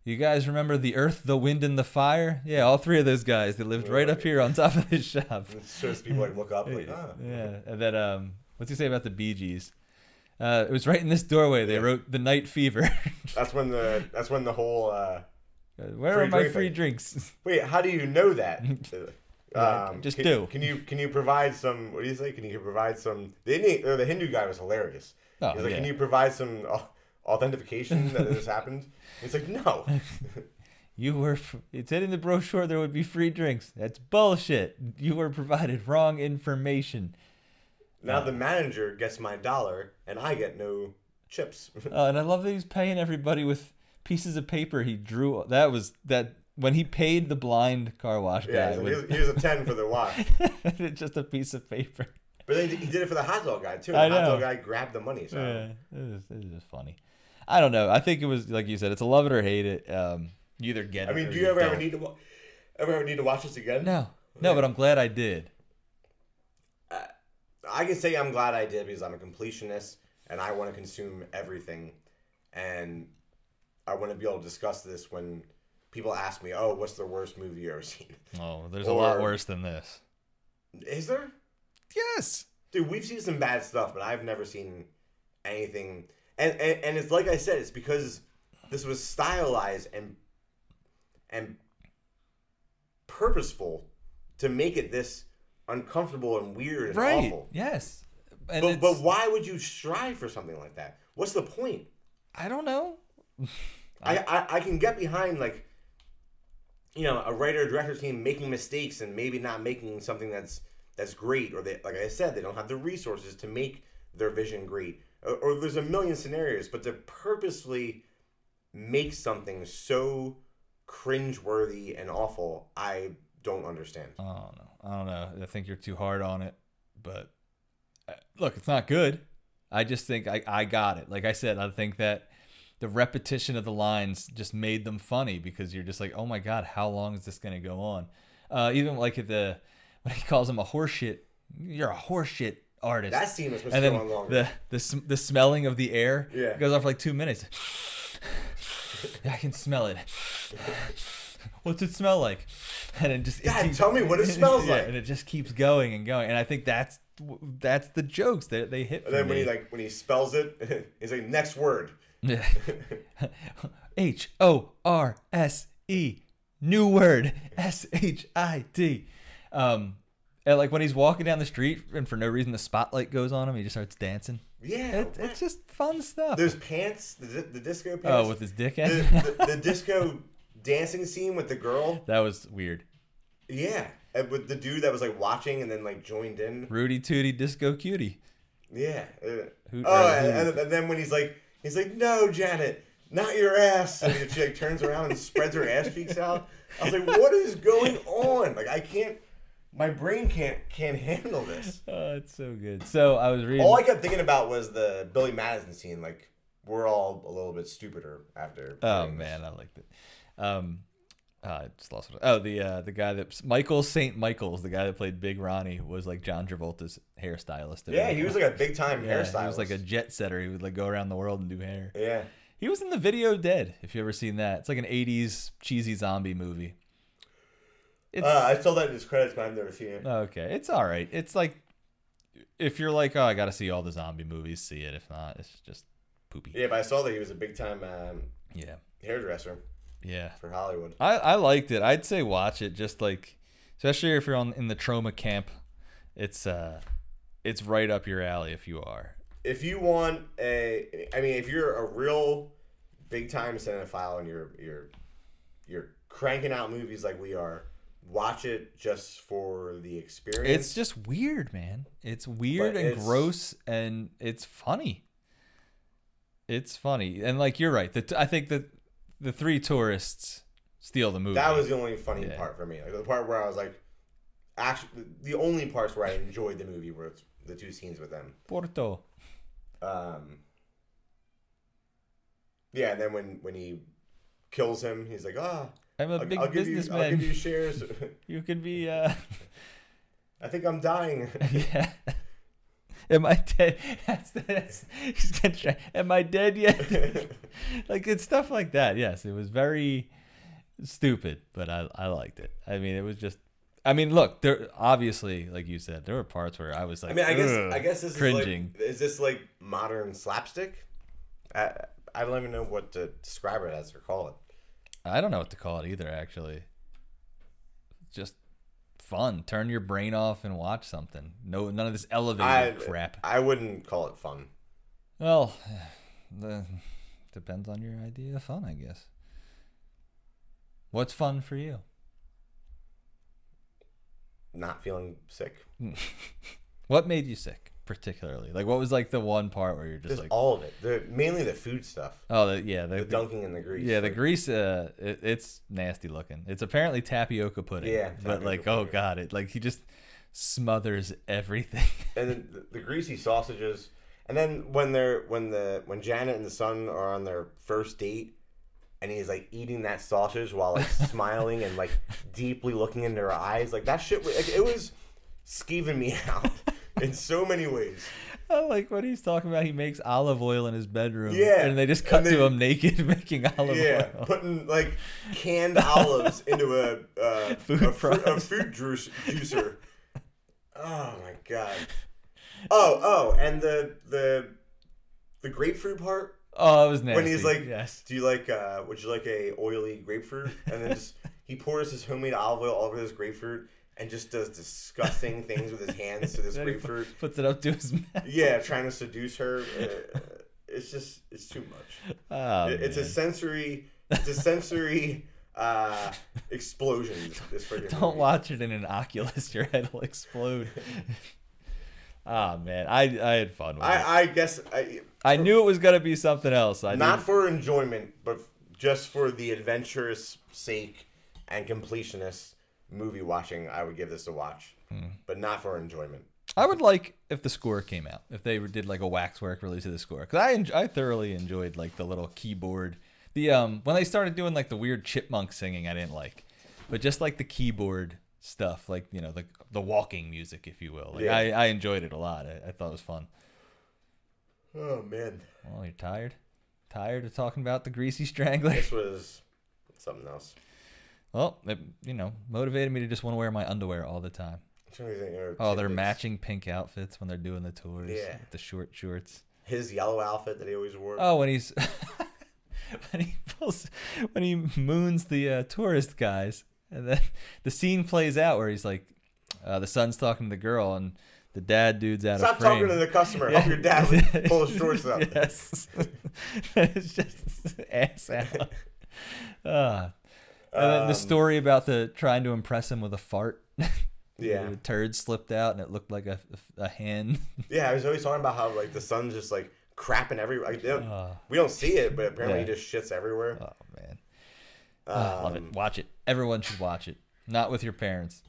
[SPEAKER 1] "You guys remember the Earth, the Wind, and the Fire? Yeah, all three of those guys. They lived right up here on top of this shop."
[SPEAKER 2] It's just people like look up like
[SPEAKER 1] Yeah,
[SPEAKER 2] ah.
[SPEAKER 1] Yeah, and then um, what's he say about the Bee Gees? Uh, it was right in this doorway. They wrote the Night Fever.
[SPEAKER 2] "Ah." That's when the that's when the whole uh
[SPEAKER 1] Where
[SPEAKER 2] Free
[SPEAKER 1] are my
[SPEAKER 2] drink
[SPEAKER 1] free
[SPEAKER 2] thing.
[SPEAKER 1] drinks?
[SPEAKER 2] wait, how do you know that? Um,
[SPEAKER 1] Just
[SPEAKER 2] can,
[SPEAKER 1] do.
[SPEAKER 2] Can you can you provide some? What do you say? Can you provide some? The Indian or the Hindu guy was hilarious.
[SPEAKER 1] Oh,
[SPEAKER 2] He's like,
[SPEAKER 1] yeah.
[SPEAKER 2] can you provide some au- authentication that this happened? He's like, no.
[SPEAKER 1] You were. f- It said in the brochure there would be free drinks. That's bullshit. You were provided wrong information.
[SPEAKER 2] Now the manager gets my dollar and I get no chips.
[SPEAKER 1] Uh, and I love that he's paying everybody with pieces of paper he drew. That was that when he paid the blind car wash guy.
[SPEAKER 2] Yeah, he's like,
[SPEAKER 1] with-
[SPEAKER 2] here's, here's a ten for the watch.
[SPEAKER 1] it's just a piece of paper.
[SPEAKER 2] But then he did it for the hot dog guy too. The
[SPEAKER 1] I
[SPEAKER 2] hot
[SPEAKER 1] know.
[SPEAKER 2] dog guy grabbed the money. So
[SPEAKER 1] Yeah, it was, it was just funny. I don't know. I think it was like you said. It's a love it or hate it. Um, you either get.
[SPEAKER 2] I
[SPEAKER 1] it
[SPEAKER 2] mean,
[SPEAKER 1] or
[SPEAKER 2] do you ever ever
[SPEAKER 1] don't.
[SPEAKER 2] need to wa- ever ever need to watch this again?
[SPEAKER 1] No, no. But I'm glad I did.
[SPEAKER 2] I can say I'm glad I did because I'm a completionist and I want to consume everything, and I want to be able to discuss this when people ask me, "Oh, what's the worst movie you ever seen?"
[SPEAKER 1] Oh, there's a lot
[SPEAKER 2] Or-
[SPEAKER 1] worse than this.
[SPEAKER 2] Is there?
[SPEAKER 1] Yes.
[SPEAKER 2] Dude, we've seen some bad stuff, but I've never seen anything. And and, and it's like I said, it's because this was stylized and and purposeful to make it this uncomfortable and weird and
[SPEAKER 1] Right.
[SPEAKER 2] awful.
[SPEAKER 1] Yes. And
[SPEAKER 2] But, but
[SPEAKER 1] it's-
[SPEAKER 2] why would you strive for something like that? What's the point?
[SPEAKER 1] I don't know.
[SPEAKER 2] I, I, I can get behind like you know a writer director team making mistakes and maybe not making something that's that's great or they like I said they don't have the resources to make their vision great or, or there's a million scenarios but to purposely make something so cringeworthy and awful I don't understand.
[SPEAKER 1] I don't know. I don't know. I think you're too hard on it. But uh, look, it's not good. I just think I, I got it. Like I said, I think that the repetition of the lines just made them funny because you're just like, oh my God, how long is this going to go on? Uh, even like at the, when he calls him a horseshit, you're a horseshit artist.
[SPEAKER 2] That scene was supposed
[SPEAKER 1] and
[SPEAKER 2] to
[SPEAKER 1] then
[SPEAKER 2] go on longer.
[SPEAKER 1] the, the sm- the smelling of the air
[SPEAKER 2] Yeah.
[SPEAKER 1] it goes on for like two minutes. I can smell it. What's it smell like? And it just it
[SPEAKER 2] God, tell me what it smells
[SPEAKER 1] Yeah,
[SPEAKER 2] like.
[SPEAKER 1] And it just keeps going and going. And I think that's that's the jokes that they hit.
[SPEAKER 2] and then
[SPEAKER 1] for
[SPEAKER 2] when he
[SPEAKER 1] me.
[SPEAKER 2] like when he spells it he's like next word.
[SPEAKER 1] H O R S E, new word S H I D. Um, and like when he's walking down the street and for no reason the spotlight goes on him, he just starts dancing.
[SPEAKER 2] Yeah.
[SPEAKER 1] It,
[SPEAKER 2] what?
[SPEAKER 1] it's just fun stuff.
[SPEAKER 2] Those pants, the, the disco pants.
[SPEAKER 1] Oh, with his dick in?
[SPEAKER 2] the, the, the disco dancing scene with the girl.
[SPEAKER 1] that was weird.
[SPEAKER 2] Yeah, and with the dude that was like watching and then like joined in.
[SPEAKER 1] Rudy Tootie Disco Cutie.
[SPEAKER 2] Yeah. uh,
[SPEAKER 1] Who-
[SPEAKER 2] oh,
[SPEAKER 1] uh,
[SPEAKER 2] and,
[SPEAKER 1] who-
[SPEAKER 2] and, and then when he's like, he's like, "No, Janet, not your ass." And she like turns around and spreads her ass cheeks out. I was like, "What is going on?" Like, I can't. My brain can't can't handle this.
[SPEAKER 1] Oh, it's so good. So I was reading.
[SPEAKER 2] All I kept thinking about was the Billy Madison scene. Like, we're all a little bit stupider after.
[SPEAKER 1] oh
[SPEAKER 2] doing this.
[SPEAKER 1] man, I liked it. Um, uh, I just lost. What, oh, the uh, the guy that Michael Saint Michael's, the guy that played Big Ronnie, was like John Travolta's hairstylist.
[SPEAKER 2] Yeah, he was like a big time
[SPEAKER 1] Yeah,
[SPEAKER 2] hairstylist.
[SPEAKER 1] He was like a jet setter. He would like go around the world and do hair.
[SPEAKER 2] yeah.
[SPEAKER 1] He was in the video Dead. If you ever seen that, it's like an '80s cheesy zombie movie. It's
[SPEAKER 2] Uh, I saw that in his credits, but I've never seen it.
[SPEAKER 1] okay. It's all right. It's like if you're like, oh, I got to see all the zombie movies, see it. If not, it's just poopy.
[SPEAKER 2] Yeah, but I saw that he was a big time um,
[SPEAKER 1] yeah.
[SPEAKER 2] hairdresser
[SPEAKER 1] yeah.
[SPEAKER 2] for Hollywood.
[SPEAKER 1] I, I liked it. I'd say watch it just like especially if you're on in the trauma camp. It's uh it's right up your alley if you are.
[SPEAKER 2] If you want a, I mean, if you're a real big time cinephile and you're you're you're cranking out movies like we are, watch it just for the experience.
[SPEAKER 1] It's just weird, man. It's weird
[SPEAKER 2] But
[SPEAKER 1] and
[SPEAKER 2] it's-
[SPEAKER 1] gross and it's funny. It's funny. And like you're right. The t- I think that the three tourists steal the movie.
[SPEAKER 2] that was the only funny
[SPEAKER 1] Yeah.
[SPEAKER 2] part for me. Like the part where I was like, actually, the only parts where I enjoyed the movie were the two scenes with them.
[SPEAKER 1] Porto.
[SPEAKER 2] Um, yeah, and then when when he kills him, he's like, "Ah,
[SPEAKER 1] I'm a
[SPEAKER 2] I'll,
[SPEAKER 1] big
[SPEAKER 2] I'll give you, I'll
[SPEAKER 1] businessman.
[SPEAKER 2] give
[SPEAKER 1] You,
[SPEAKER 2] you shares.
[SPEAKER 1] could be uh
[SPEAKER 2] I think I'm dying."
[SPEAKER 1] yeah. Am I dead? That's, that's, he's gonna try. Am I dead yet? like it's stuff like that. Yes, it was very stupid, but I, I liked it. I mean, it was just. I mean, look, there obviously, like you said, there were parts where I was like,
[SPEAKER 2] I mean, I guess
[SPEAKER 1] "Ugh,"
[SPEAKER 2] I guess this
[SPEAKER 1] cringing.
[SPEAKER 2] is like is this like modern slapstick? I I don't even know what to describe it as or call it.
[SPEAKER 1] I don't know what to call it either. Actually, just fun. Turn your brain off and watch something. No, none of this elevated
[SPEAKER 2] I
[SPEAKER 1] crap.
[SPEAKER 2] I wouldn't call it fun.
[SPEAKER 1] Well, the, depends on your idea of fun, I guess. What's fun for you?
[SPEAKER 2] Not feeling sick.
[SPEAKER 1] What made you sick? particularly? Like, what was like the one part where you're just,
[SPEAKER 2] Just
[SPEAKER 1] like,
[SPEAKER 2] all of it. The, mainly the food stuff.
[SPEAKER 1] oh, the, yeah, the,
[SPEAKER 2] The dunking and the grease.
[SPEAKER 1] yeah, the
[SPEAKER 2] Like,
[SPEAKER 1] grease. Uh, it, it's nasty looking. It's apparently tapioca pudding.
[SPEAKER 2] Yeah,
[SPEAKER 1] but
[SPEAKER 2] tapioca
[SPEAKER 1] like, oh
[SPEAKER 2] pudding.
[SPEAKER 1] god, it like he just smothers everything.
[SPEAKER 2] and then the, the greasy sausages. And then when they're when the when Janet and the son are on their first date, and he's like eating that sausage while like smiling and like deeply looking into her eyes, like that shit. was- Like, it was skeeving me out in so many ways.
[SPEAKER 1] I like what he's talking about. He makes olive oil in his bedroom.
[SPEAKER 2] Yeah,
[SPEAKER 1] and they just
[SPEAKER 2] and
[SPEAKER 1] cut
[SPEAKER 2] then-
[SPEAKER 1] to him naked making olive
[SPEAKER 2] Yeah,
[SPEAKER 1] oil.
[SPEAKER 2] putting like canned olives into a uh,
[SPEAKER 1] Food
[SPEAKER 2] a, fru- a
[SPEAKER 1] process.
[SPEAKER 2] food juice, juicer. Oh my god. Oh oh, and the the the grapefruit part.
[SPEAKER 1] Oh, it was nasty.
[SPEAKER 2] when he's like,
[SPEAKER 1] yes,
[SPEAKER 2] "Do you like? Uh, would you like a oily grapefruit?" And then just he pours his homemade olive oil all over this grapefruit and just does disgusting things with his hands to this
[SPEAKER 1] Then he pu-
[SPEAKER 2] grapefruit.
[SPEAKER 1] puts it up to his mouth.
[SPEAKER 2] Yeah, trying to seduce her. Uh, it's just it's too much.
[SPEAKER 1] Oh,
[SPEAKER 2] It- it's a
[SPEAKER 1] man.
[SPEAKER 2] sensory, it's a sensory uh, explosion. This, this friggin'
[SPEAKER 1] Don't
[SPEAKER 2] movie.
[SPEAKER 1] watch it in an Oculus. Your head will explode. Ah man, I I had fun with it.
[SPEAKER 2] I, I guess I,
[SPEAKER 1] I knew it was gonna be something else. I
[SPEAKER 2] not
[SPEAKER 1] didn't-
[SPEAKER 2] for enjoyment, but just for the adventurous sake and completionist movie watching, I would give this a watch,
[SPEAKER 1] Hmm.
[SPEAKER 2] but not for enjoyment.
[SPEAKER 1] I would like if the score came out, if they did like a waxwork release of the score, because I en- I thoroughly enjoyed like the little keyboard. The um when they started doing like the weird chipmunk singing, I didn't like, but just like the keyboard stuff, like you know the the walking music, if you will. Like
[SPEAKER 2] Yeah.
[SPEAKER 1] I I enjoyed it a lot. I, I thought it was fun.
[SPEAKER 2] Oh man,
[SPEAKER 1] Well, you're tired, tired of talking about the greasy strangler.
[SPEAKER 2] this was something else.
[SPEAKER 1] Well, it, you know, motivated me to just want to wear my underwear all the time.
[SPEAKER 2] I'm trying to think of
[SPEAKER 1] Oh, they're
[SPEAKER 2] tidbits.
[SPEAKER 1] matching pink outfits when they're doing the tours.
[SPEAKER 2] Yeah.
[SPEAKER 1] The short shorts.
[SPEAKER 2] His yellow outfit that he always wore.
[SPEAKER 1] Oh, when he's when he pulls when he moons the uh, tourist guys, and then the scene plays out where he's like, uh, the son's talking to the girl, and the dad dude's out
[SPEAKER 2] Stop
[SPEAKER 1] of frame.
[SPEAKER 2] talking to the customer. Help your dad with- pull his shorts up.
[SPEAKER 1] Yes, it's just ass out. Ah. and then the
[SPEAKER 2] Um,
[SPEAKER 1] story about the trying to impress him with a fart.
[SPEAKER 2] Yeah.
[SPEAKER 1] the turd slipped out and it looked like a a hen.
[SPEAKER 2] Yeah, I was always talking about how like the sun's just like crapping everywhere. Like, they don't- we don't see it, but apparently
[SPEAKER 1] Uh. Yeah.
[SPEAKER 2] he just shits everywhere.
[SPEAKER 1] Oh man, Ah, love it.
[SPEAKER 2] Um,
[SPEAKER 1] Watch it. Everyone should watch it. Not with your parents.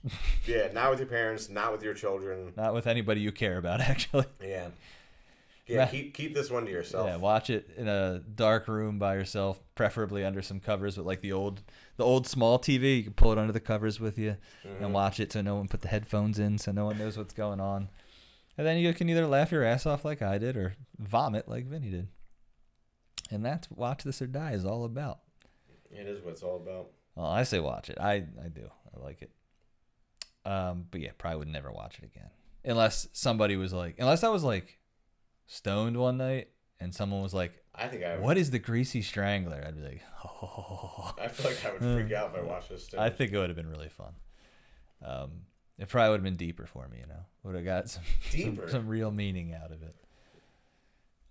[SPEAKER 2] Yeah, not with your parents, not with your children.
[SPEAKER 1] Not with anybody you care about. Actually,
[SPEAKER 2] Yeah. Yeah,
[SPEAKER 1] Ma-
[SPEAKER 2] keep keep this one to yourself.
[SPEAKER 1] yeah. Watch it in a dark room by yourself, preferably under some covers with like the old the old small TV. You can pull it under the covers with you and watch it, so no one put the headphones in, so no one knows what's going on. And then you can either laugh your ass off like I did, or vomit like Vinny did. And that's what Watch This or Die is all about.
[SPEAKER 2] It is what it's all about.
[SPEAKER 1] Well, I say watch it. I, I do. I like it. Um, but yeah, probably would never watch it again. Unless somebody was like, unless I was like stoned one night and someone was like,
[SPEAKER 2] I think I would,
[SPEAKER 1] what is the greasy strangler? I'd be like, oh.
[SPEAKER 2] I feel like I would freak out if I watched this. Too.
[SPEAKER 1] I think it would have been really fun. Um, it probably would have been deeper for me, you know. Would have got some, some
[SPEAKER 2] Deeper?
[SPEAKER 1] some real meaning out of it.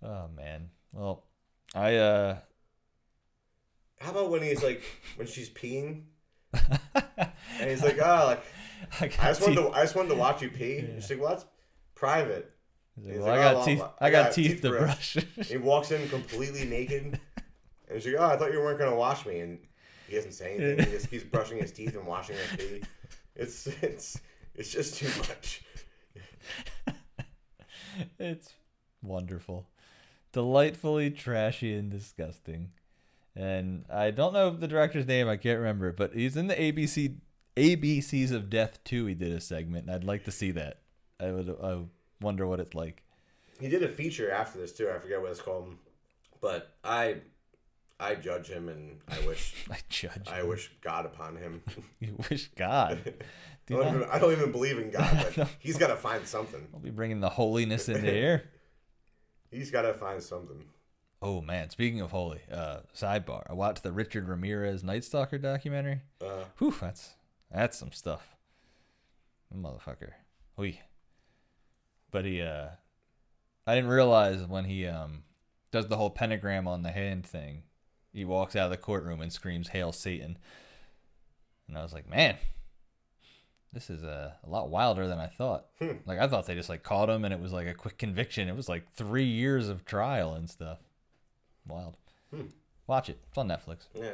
[SPEAKER 1] Oh man. Well, I uh
[SPEAKER 2] How about when he's like when she's peeing, and he's like, "Oh, like
[SPEAKER 1] I got
[SPEAKER 2] I just wanted
[SPEAKER 1] teeth-
[SPEAKER 2] to I just wanted to watch you pee." She's like, "Well, that's private."
[SPEAKER 1] He's like,
[SPEAKER 2] He's
[SPEAKER 1] well,
[SPEAKER 2] like,
[SPEAKER 1] I
[SPEAKER 2] "Oh,
[SPEAKER 1] got
[SPEAKER 2] well,
[SPEAKER 1] teeth.
[SPEAKER 2] well,
[SPEAKER 1] I got teeth to brush.
[SPEAKER 2] He walks in completely naked, and she's like, "Oh, I thought you weren't gonna wash me." And he doesn't say anything. He just keeps brushing his teeth and washing his teeth. It's it's it's just too much.
[SPEAKER 1] it's wonderful, delightfully trashy and disgusting. And I don't know the director's name. I can't remember, it, but he's in the ABC ABCs of Death too. He did a segment, and I'd like to see that. I would. I wonder what it's like.
[SPEAKER 2] He did a feature after this too. I forget what it's called, but I I judge him, and I wish
[SPEAKER 1] I judge.
[SPEAKER 2] I wish God upon him.
[SPEAKER 1] you wish God.
[SPEAKER 2] I
[SPEAKER 1] Do
[SPEAKER 2] don't,
[SPEAKER 1] not-
[SPEAKER 2] even, I don't even believe in God, but he's got to find something.
[SPEAKER 1] I'll be bringing the holiness in the air.
[SPEAKER 2] He's got to find something.
[SPEAKER 1] Oh man, speaking of holy, uh, sidebar. I watched the Richard Ramirez Night Stalker documentary.
[SPEAKER 2] Uh,
[SPEAKER 1] Whew, that's that's some stuff. Motherfucker. We. But he uh I didn't realize when he um does the whole pentagram on the hand thing, he walks out of the courtroom and screams, Hail Satan. And I was like, Man, this is uh, a lot wilder than I thought. Like I thought they just like caught him and it was like a quick conviction. It was like three years of trial and stuff. Wild.
[SPEAKER 2] Hmm.
[SPEAKER 1] Watch it. It's on Netflix.
[SPEAKER 2] Yeah.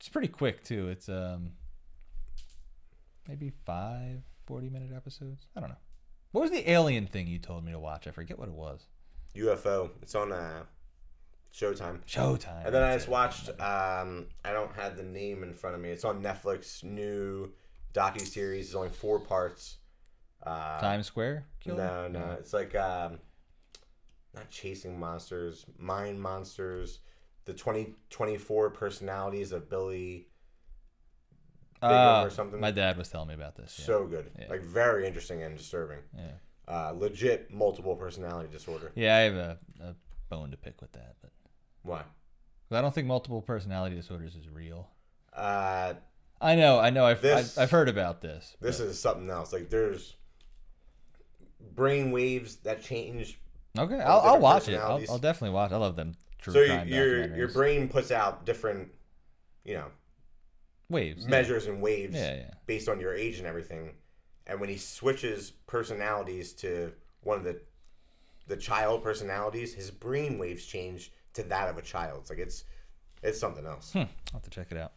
[SPEAKER 1] It's pretty quick too. It's um maybe five 40 minute episodes. I don't know. What was the alien thing you told me to watch? I forget what it was.
[SPEAKER 2] UFO. It's on uh, Showtime.
[SPEAKER 1] Showtime.
[SPEAKER 2] And then I just watched. Um, I don't have the name in front of me. It's on Netflix. New docu series. It's only four parts. Uh,
[SPEAKER 1] Times Square. Killer?
[SPEAKER 2] No, no. It's like um, not chasing monsters, mind monsters. The twenty twenty four personalities of Billy. Bingham
[SPEAKER 1] Uh,
[SPEAKER 2] or something.
[SPEAKER 1] My dad was telling me about this. Yeah.
[SPEAKER 2] So good, like very interesting and disturbing.
[SPEAKER 1] yeah.
[SPEAKER 2] Uh, legit multiple personality disorder.
[SPEAKER 1] Yeah, I have a, a bone to pick with that, but
[SPEAKER 2] Why?
[SPEAKER 1] but I don't think multiple personality disorders is real.
[SPEAKER 2] Uh,
[SPEAKER 1] I know, I know, I've
[SPEAKER 2] This-
[SPEAKER 1] I've, I've heard about this.
[SPEAKER 2] this is something else. Like there's brain waves that change.
[SPEAKER 1] Okay, I'll, I'll
[SPEAKER 2] different
[SPEAKER 1] watch it. I'll,
[SPEAKER 2] personalities.
[SPEAKER 1] I'll definitely watch. I love them. True
[SPEAKER 2] So
[SPEAKER 1] crime
[SPEAKER 2] you, your your
[SPEAKER 1] documentaries.
[SPEAKER 2] brain puts out different, you know,
[SPEAKER 1] waves. yeah.
[SPEAKER 2] measures and waves
[SPEAKER 1] Yeah, yeah.
[SPEAKER 2] based on your age and everything. And when he switches personalities to one of the the child personalities, his brain waves change to that of a child. It's like it's it's something else.
[SPEAKER 1] Hmm, I'll have to check it out.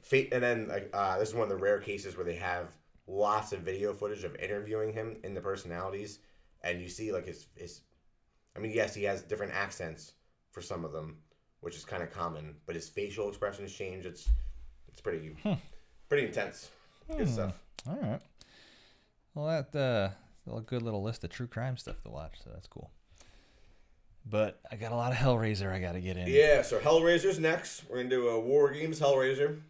[SPEAKER 2] Fate, and then like uh, this is one of the rare cases where they have lots of video footage of interviewing him in the personalities, and you see like his his. I mean, yes, he has different accents for some of them, which is kind of common, but his facial expressions change. It's it's pretty pretty intense. Good stuff.
[SPEAKER 1] All right. Well, that uh, a good little list of true crime stuff to watch, so that's cool. But I got a lot of Hellraiser I got to get in.
[SPEAKER 2] Yeah, so Hellraiser's next. We're gonna do a War Games Hellraiser.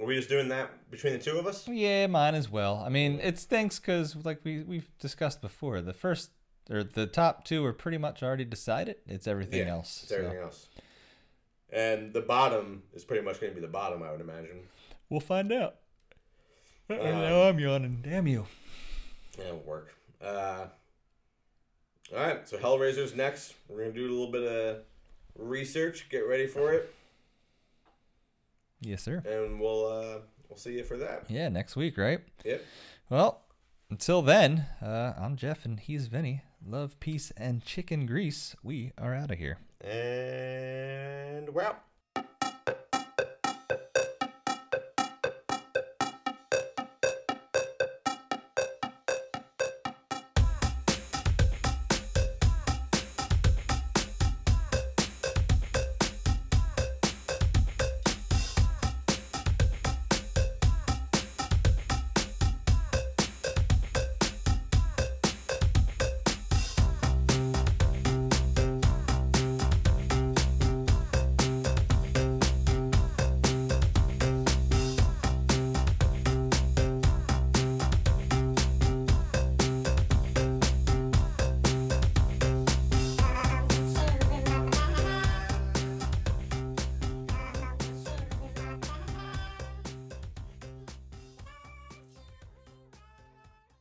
[SPEAKER 2] Are we just doing that between the two of us?
[SPEAKER 1] Yeah, mine as well. I mean, it stinks because, like we we've discussed before, the first or the top two are pretty much already decided. It's everything
[SPEAKER 2] Yeah,
[SPEAKER 1] else.
[SPEAKER 2] It's
[SPEAKER 1] so
[SPEAKER 2] everything else. And the bottom is pretty much gonna be the bottom, I would imagine.
[SPEAKER 1] We'll find out. Uh,
[SPEAKER 2] Um,
[SPEAKER 1] now I'm yawning. Damn you.
[SPEAKER 2] That'll work. Uh, all right, so Hellraiser's next. We're gonna do a little bit of research, get ready for it,
[SPEAKER 1] Yes, sir.
[SPEAKER 2] and we'll uh, we'll see you for that.
[SPEAKER 1] Yeah, next week, right?
[SPEAKER 2] Yep.
[SPEAKER 1] Well, until then, uh, I'm Jeff and he's Vinny. Love, peace, and chicken grease. We are out of here.
[SPEAKER 2] And we're out.